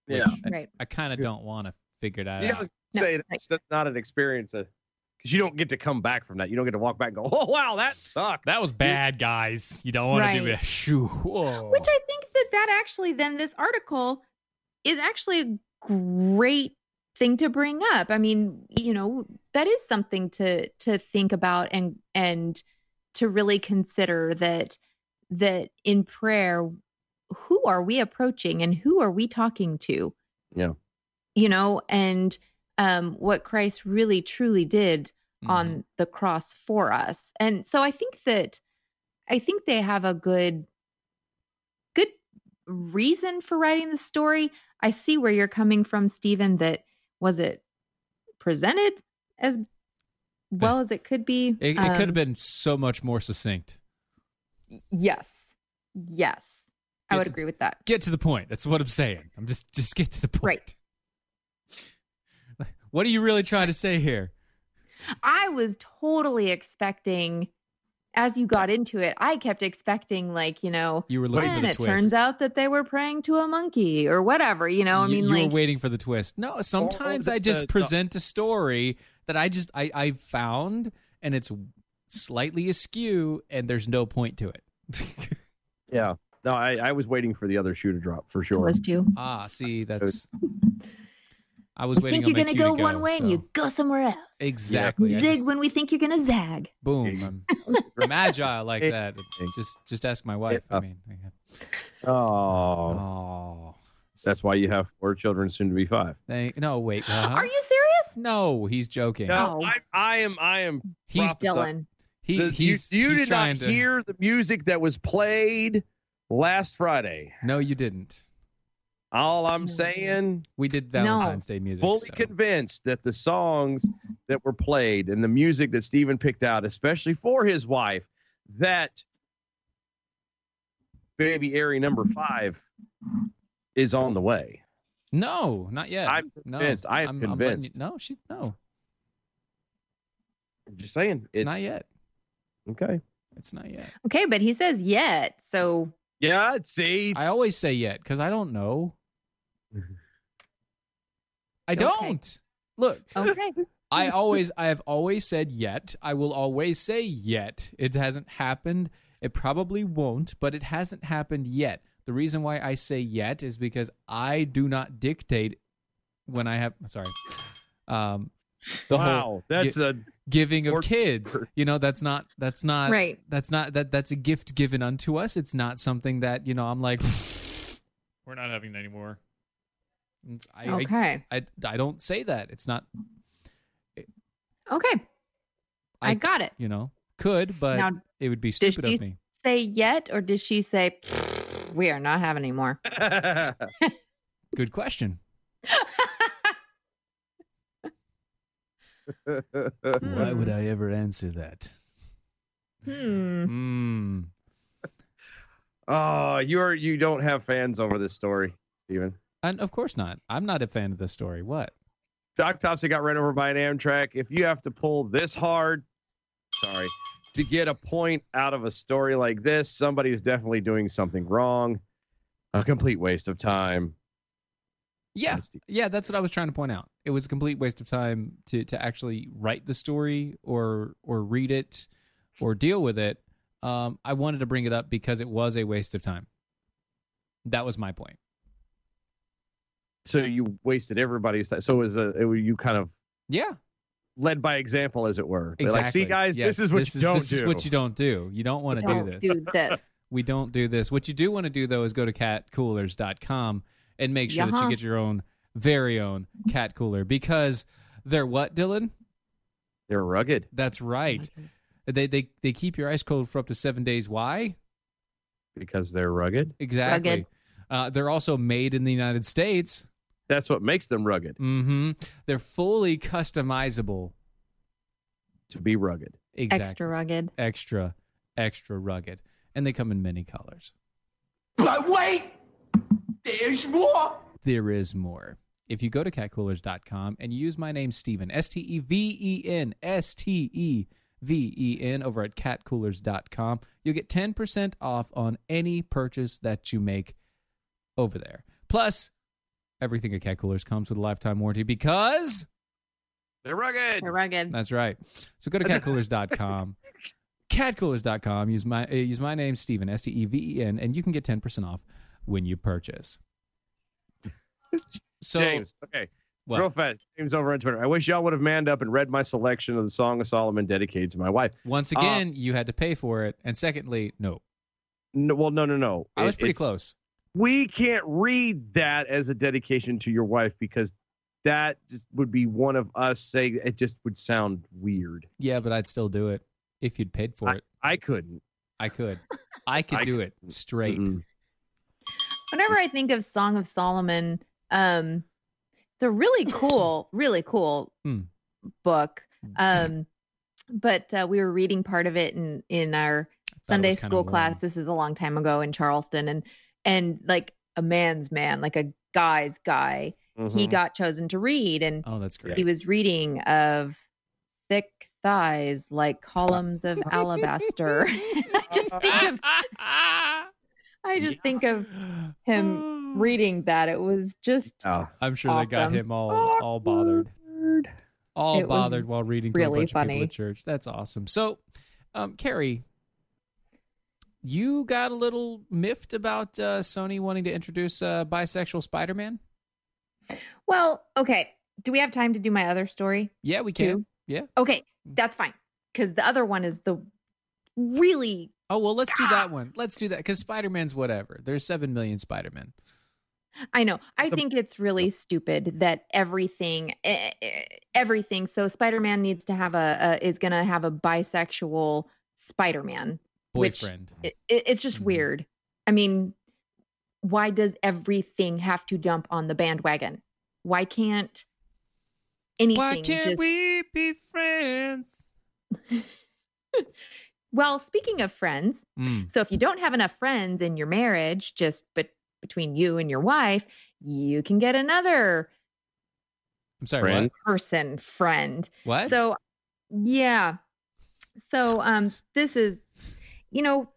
F: Which
E: Yeah.
G: Right.
F: I kind of don't want to figure that
E: Yeah, I
F: out.
E: was
G: No,
E: gonna say
G: like-
E: that's, that's not an experience because you don't get to come back from that. You don't get to walk back and go, "Oh wow, that sucked."
F: That was bad, guys. You don't want to do
G: Right.
F: that. Shoo. Whoa.
G: Which I think that that actually then this article is actually a great thing to bring up. I mean, you know, that is something to to think about and and to really consider that that in prayer who are we approaching and who are we talking to?
E: Yeah.
G: You know, and um what Christ really truly did
F: Mhm.
G: on the cross for us. And so I think that I think they have a good good reason for writing the story. I see where you're coming from, Stephen, that was it presented as well as it could be.
F: It, it could
G: Um,
F: have been so much more succinct.
G: Yes. Yes. I
F: Get
G: would
F: to-
G: agree
F: *laughs*
G: with that.
F: Get to the point. That's what I'm saying. I'm just just get to the point.
G: Right.
F: *laughs* What are you really trying to say here?
G: I was totally expecting as you got into it, I kept expecting like, you know,
F: You were looking for
G: and
F: the
G: it
F: twist.
G: turns out that they were praying to a monkey or whatever, you know. I
F: you,
G: mean
F: you
G: like
F: were waiting for the twist. No, sometimes
E: the-
F: I just
E: the- the-
F: present a story that I just I, I found and it's slightly askew and there's no
E: *laughs*
F: point to it.
E: Yeah. No, I, I was waiting for the other shoe to drop for
G: it
E: sure.
G: was too.
F: ah, see, that's I was
G: I
F: waiting
G: think you're
F: on my
G: gonna
F: cue
G: go,
F: to go
G: one way and you
F: so-
G: go somewhere else.
F: Exactly. I
G: Zig
F: just-
G: when we think you're gonna zag.
F: boom. I'm, I'm agile
E: *laughs*
F: like that. Just just ask my wife. I mean, I-
E: Oh,
F: oh,
E: that's why you have four children, soon to be five.
F: Thank,
E: *gasps*
F: no, wait. huh?
G: Are you serious?
F: No, he's joking.
E: No,
G: Oh.
E: I, I am. I am.
F: He's
E: prophesying.
G: Dylan.
F: He,
E: The- you-
F: he's,
E: you
F: he's
E: did
F: trying
E: not
F: to,
E: hear the music that was played last Friday.
F: No, you didn't.
E: All I'm
G: No.
E: saying,
F: We did Valentine's Day music.
E: fully
F: so-
E: convinced that the songs that were played and the music that Stephen picked out, especially for his wife, that baby airy number five is on the way.
F: no, not yet.
E: I'm
F: no,
E: convinced. I am
F: I'm- I'm letting you-
E: convinced.
F: no, she no.
E: I'm just saying,
F: It's, not yet.
E: Okay.
F: It's not yet.
G: Okay, but he says yet,
F: *laughs*
G: so
E: Yeah, see, it's-
F: I always say yet because I
E: *laughs*
F: don't know. I don't. Look,
G: okay.
F: I always I have always said yet. I will always say yet. It hasn't happened. It probably won't, but it hasn't happened yet. The reason why I say yet is because I do not dictate when I have sorry. Um the whole
E: wow, that's a
F: giving of
E: Or-
F: kids. You know, that's not that's not
G: right.
F: that's not that that's a gift given unto us. It's not something that, you know, I'm like *laughs* we're not having
E: *laughs*
F: it *laughs* anymore. It's- I, I-
G: okay.
F: I I don't say that. It's not
G: okay. I,
F: I-
G: got it.
F: you know could but
G: Now,
F: it would be
G: Does
F: stupid
G: she
F: of me
G: say yet or does she say we are not having any more? *laughs*
F: good question
G: Why would
F: i ever answer that
G: Hmm.
F: mm.
E: oh, you're you don't have fans over this story, Stephen.
F: and of course not i'm not a fan of this story what
E: Doc Topsy got run over by an Amtrak. If you have to pull this hard, sorry, to get a point out of a story like this, somebody is definitely doing something wrong. A complete waste of time.
F: yeah
E: Steve.
F: yeah that's what i was trying to point out it was a complete waste of time to to actually write the story or or read it or deal with it um i wanted to bring it up because it was a waste of time that was my point
E: So you wasted everybody's time. So it was a it, was- you kind of
F: yeah
E: led by example, as it were. They're
F: exactly
E: Like, see, guys,
F: Yes,
E: this is what you don't
F: this
E: do.
F: is what you don't do you don't want to do
G: Don't
F: this
G: do this.
F: We don't do this. What you do want to do though is go to catcoolers.com and make sure that you
G: Yuh-huh.
F: get your own very own cat cooler because they're what, Dylan?
E: They're rugged.
F: That's *laughs* right. They they they keep your ice cold for up to 7 days. Why?
E: because they're rugged.
F: Exactly.
G: Rugged.
F: Uh, they're also made in the United States.
E: That's what makes them rugged
F: Mhm. They're fully customizable.
E: to be rugged.
F: Exactly.
G: Extra rugged.
F: extra extra rugged. And they come in many colors.
B: But wait, there's more.
F: there is more. If you go to catcoolers.com and use my name, Steven, S T E V E N, S T E V E N, over at catcoolers.com, you'll get 10% off on any purchase that you make over there. Plus, everything at Cat Coolers comes with a lifetime warranty because
E: They're rugged.
G: They're rugged.
F: that's right. So go
E: *laughs*
F: to catcoolers.com. catcoolers.com. Use my uh, use my name Steven, S T E V E N, and you
E: *laughs*
F: can get 10% off when you purchase. So
E: James, okay.
F: What?
E: Real fast, James over on Twitter. I wish y'all would have manned up and read my selection of the Song of Solomon dedicated to my wife.
F: Once
E: Uh,
F: again, you had to pay for it. And secondly, no.
E: No, well, no, no, no.
F: I was
E: It-
F: pretty
E: it's-
F: close.
E: We can't read that as a dedication to your wife because that just would be one of us saying it just would sound weird.
F: Yeah, but I'd still do it if you'd paid for it.
E: I couldn't.
F: I could. I could
E: I Mm-hmm.
F: do it straight.
E: Mm-mm.
G: Whenever I think of Song of Solomon, um, it's
F: *laughs*
G: a really cool, really cool
F: Hmm.
G: book. Um, but uh, we were reading part of it in in our Sunday
F: was kinda
G: school
F: warm.
G: class. This is a long time ago in Charleston, and and like a man's man, like a guy's guy, he
F: Mm-hmm.
E: Mhm.
G: got chosen to read, and
F: Oh, that's great.
G: he was reading of thick thighs like columns of alabaster. *laughs* I just think
F: *laughs*
G: of I just think of
F: *gasps*
G: him reading that. It was just
E: Oh,
F: I'm sure they got
G: Awesome.
F: him all all bothered. All
G: It was
F: bothered while reading to
G: really
F: a bunch of people
G: funny.
F: at church. That's awesome. So, um, Carrie, you got a little miffed about uh, Sony wanting to introduce uh, bisexual Spider-Man?
G: well, okay. Do we have time to do my other story?
F: Yeah, we can.
G: Two.
F: Yeah. Mm.
G: Okay, that's fine. Because the other one is the really
F: Oh well, let's
G: Ah!
F: do that one. Let's do that because Spider-Man's whatever. There's seven million Spider-Man.
G: I know. I
E: It's a-
G: think it's really stupid that everything, eh, eh, everything. So Spider-Man needs to have a, a is going to have a bisexual Spider-Man. Which-
F: Boyfriend.
G: It, it, it's just
F: Mhm.
G: weird. I mean, why does everything have to jump on the bandwagon? Why can't anything?
F: Why can't
G: just-
F: we be friends?
G: Well, speaking of friends, So if you don't have enough friends in your marriage, just but between you and your wife, you can get another
F: I'm sorry.
E: Friend.
G: person friend.
F: What? What?
G: So yeah. So um this is you know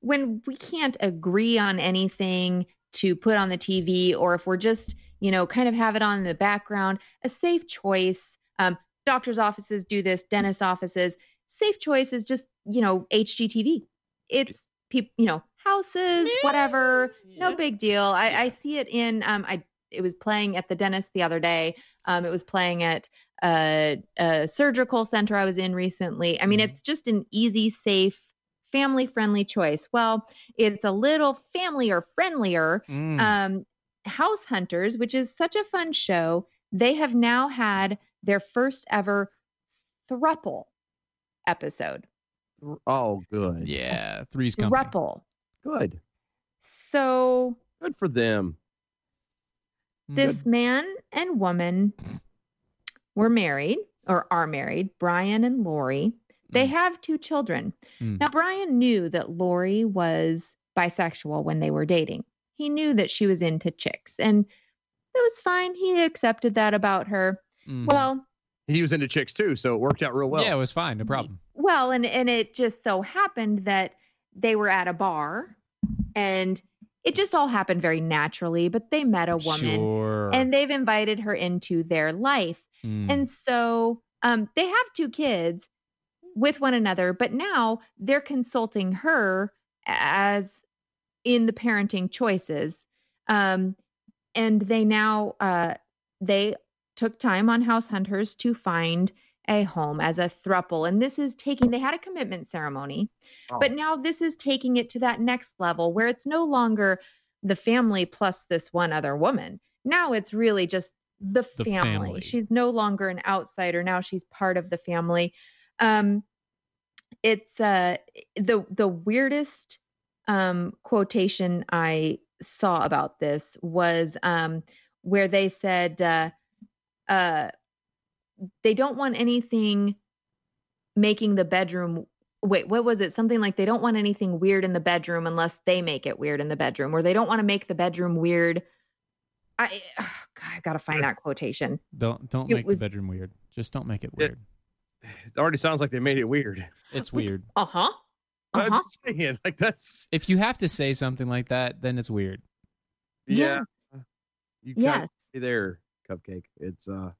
G: when we can't agree on anything to put on the TV or if we're just, you know, kind of have it on in the background, a safe choice. Um doctors offices do this, dentist offices. Safe choice is just, you know, HGTV. It's people, you know, houses, whatever no big deal. I, I see it in um I it was playing at the dentist the other day. Um it was playing at uh, a surgical center I was in recently. I mean,
F: Mhm.
G: it's just an easy, safe, family-friendly choice. Well, it's a little familiar friendlier
F: Mm.
G: um, House Hunters, which is such a fun show. They have now had their first ever thruple episode.
E: Oh, good.
F: yeah, three's company.
G: Thruple.
E: Good.
G: So
E: Good for them.
G: this man and woman were married or are married, Brian and Lori. They
F: Mm.
G: have two children.
F: Mm.
G: Now, Brian knew that Lori was bisexual when they were dating. He knew that she was into chicks, and that was fine. He accepted that about her.
F: Mm.
G: Well,
E: He was into chicks too, so it worked out real well.
F: yeah, it was fine. No problem.
G: Well, and and it just so happened that they were at a bar, and it just all happened very naturally. But they met a woman,
F: Sure.
G: and they've invited her into their life,
F: Mm.
G: and so um, they have two kids with one another. But now they're consulting her as in the parenting choices, um, and they now uh, they took time on House Hunters to find a home as a thruple. And this is taking, they had a commitment ceremony,
F: Oh.
G: but now this is taking it to that next level where it's no longer the family plus this one other woman. Now it's really just the,
F: The
G: family.
F: family.
G: She's no longer an outsider. Now she's part of the family. Um, it's uh, the the weirdest um, quotation I saw about this was um, where they said uh, uh, they don't want anything making the bedroom. Wait, what was it? Something like they don't want anything weird in the bedroom unless they make it weird in the bedroom, or they don't want to make the bedroom weird. I, *sighs* oh, God, I gotta find that quotation.
F: don't don't
G: it
F: make
G: was-
F: the bedroom weird. Just don't make it
E: Yeah.
F: weird.
E: It already sounds like they made it weird. *laughs*
G: *laughs*
F: It's
G: Which-
F: weird.
G: Uh huh.
E: I'm
G: Uh-huh.
E: just saying, like that's
F: If you have to say something like that, then it's weird.
E: yeah. You got
G: Yes.
E: me there, cupcake. It's uh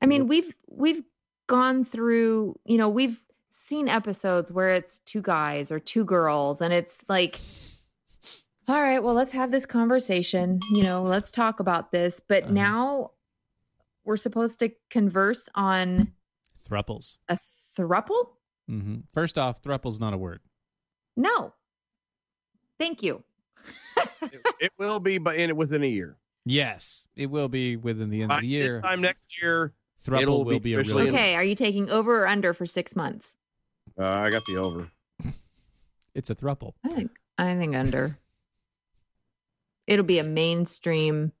G: I mean, we've we've gone through, you know, we've seen episodes where it's two guys or two girls and it's like all right, well, let's have this conversation, you know, let's talk about this, but
F: Uh-huh.
G: now we're supposed to converse on
F: Thruples.
G: a thruple?
F: hmm First off, thruple's not a word.
G: No. Thank you.
E: it will be by in within a year.
F: Yes, it will be within the end
E: By
F: of the year.
E: This time next year, it'll
F: Thruple will be,
E: be
F: a real.
E: officially in-
G: Okay, are you taking over or under for six months?
E: uh, I got the over.
F: It's a thruple.
G: I think I think under. It'll be a mainstream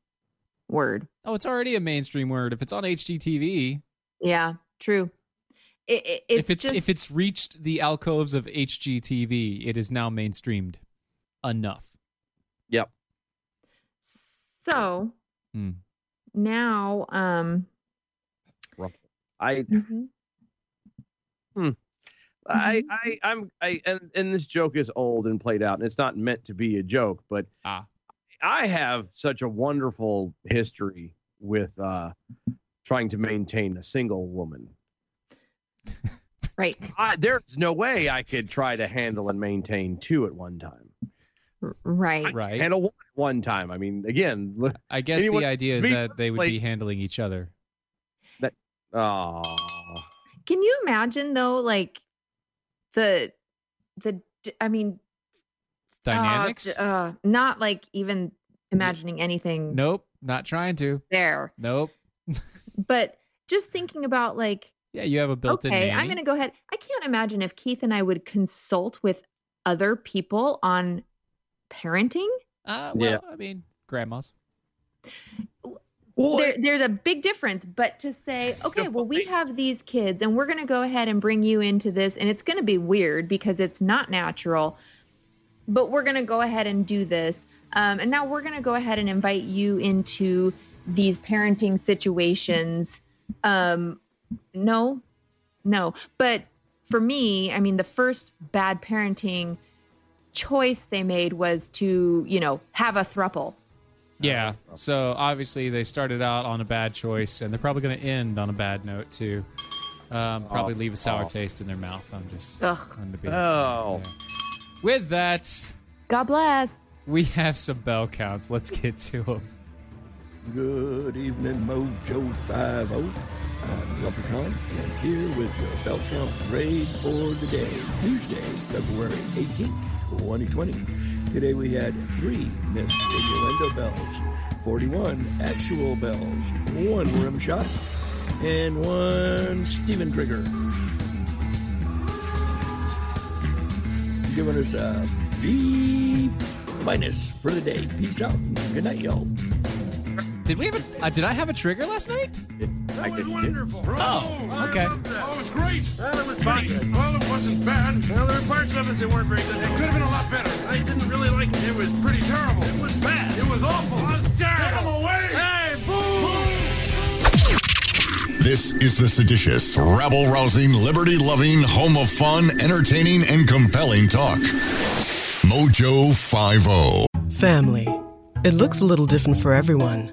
G: word.
F: Oh, it's already a mainstream word. If it's on HGTV,
G: Yeah, true. It, it, it's
F: if it's
G: just,
F: if it's reached the alcoves of HGTV, it is now mainstreamed enough.
G: so
F: Hmm.
G: now um
E: I
G: mhm.
E: I, I I'm I and, and this joke is old and played out and it's not meant to be a joke, but
F: Ah.
E: I have such a wonderful history with uh trying to maintain a single woman.
G: right
E: I, there's no way I could try to handle and maintain two at one time.
G: r- right
F: Right.
E: Handle one at one time. I mean, again, look,
F: I guess
E: Anyone-
F: the idea is
E: me-
F: that they would be
E: like-
F: handling each other.
E: oh,
G: Can you imagine though, like the the d- I mean uh, d-
F: Dynamics?
G: Uh, not like even imagining anything
F: nope, not trying to.
G: there,
F: Nope.
G: but just thinking about like
F: Yeah, you have a built-in.
G: okay, I'm
F: nanny.
G: gonna go ahead. I can't imagine if Keith and I would consult with other people on parenting.
F: Uh, well,
E: Yeah.
F: I mean, grandmas.
E: well,
G: There, there's a big difference, but to say, okay, well, we have these kids and we're going to go ahead and bring you into this, and it's going to be weird because it's not natural, but we're going to go ahead and do this. Um, and now we're going to go ahead and invite you into these parenting situations. Um, no, no. But for me, I mean, the first bad parenting choice they made was to, you know, have a thruple.
F: Yeah. So obviously they started out on a bad choice, and they're probably going to end on a bad note too. Um, probably leave a sour taste in their mouth. I'm just.
G: Ugh.
F: I'm to be-
E: Oh.
F: yeah. With that,
G: God bless.
F: we have some bell counts. Let's get to them.
K: Good evening, Mojo 5 0. I'm Leprechaun, and here with your bell count grade for the day, Tuesday, February 18th, 2020. Today we had three missed innuendo bells, 41 actual bells, one rim shot, and one Steven trigger. Giving us a B minus for the day. Peace out. Good night, y'all.
F: Did we have a? Uh, did I have a trigger last night?
E: I guess you did.
F: Oh, okay.
I: Oh, it was great. Well, it was pretty good. Well, it wasn't bad.
B: Well, there were parts of it that weren't very good.
I: It could have been a lot better.
B: I didn't really like it.
I: It was pretty terrible.
B: It was bad.
I: It was awful.
B: It was terrible.
I: Take 'em away.
B: Hey, boo!
L: This is the seditious, rabble rousing, liberty loving, home of fun, entertaining, and compelling talk. Mojo oh. 50.
M: Family. It looks a little different for everyone.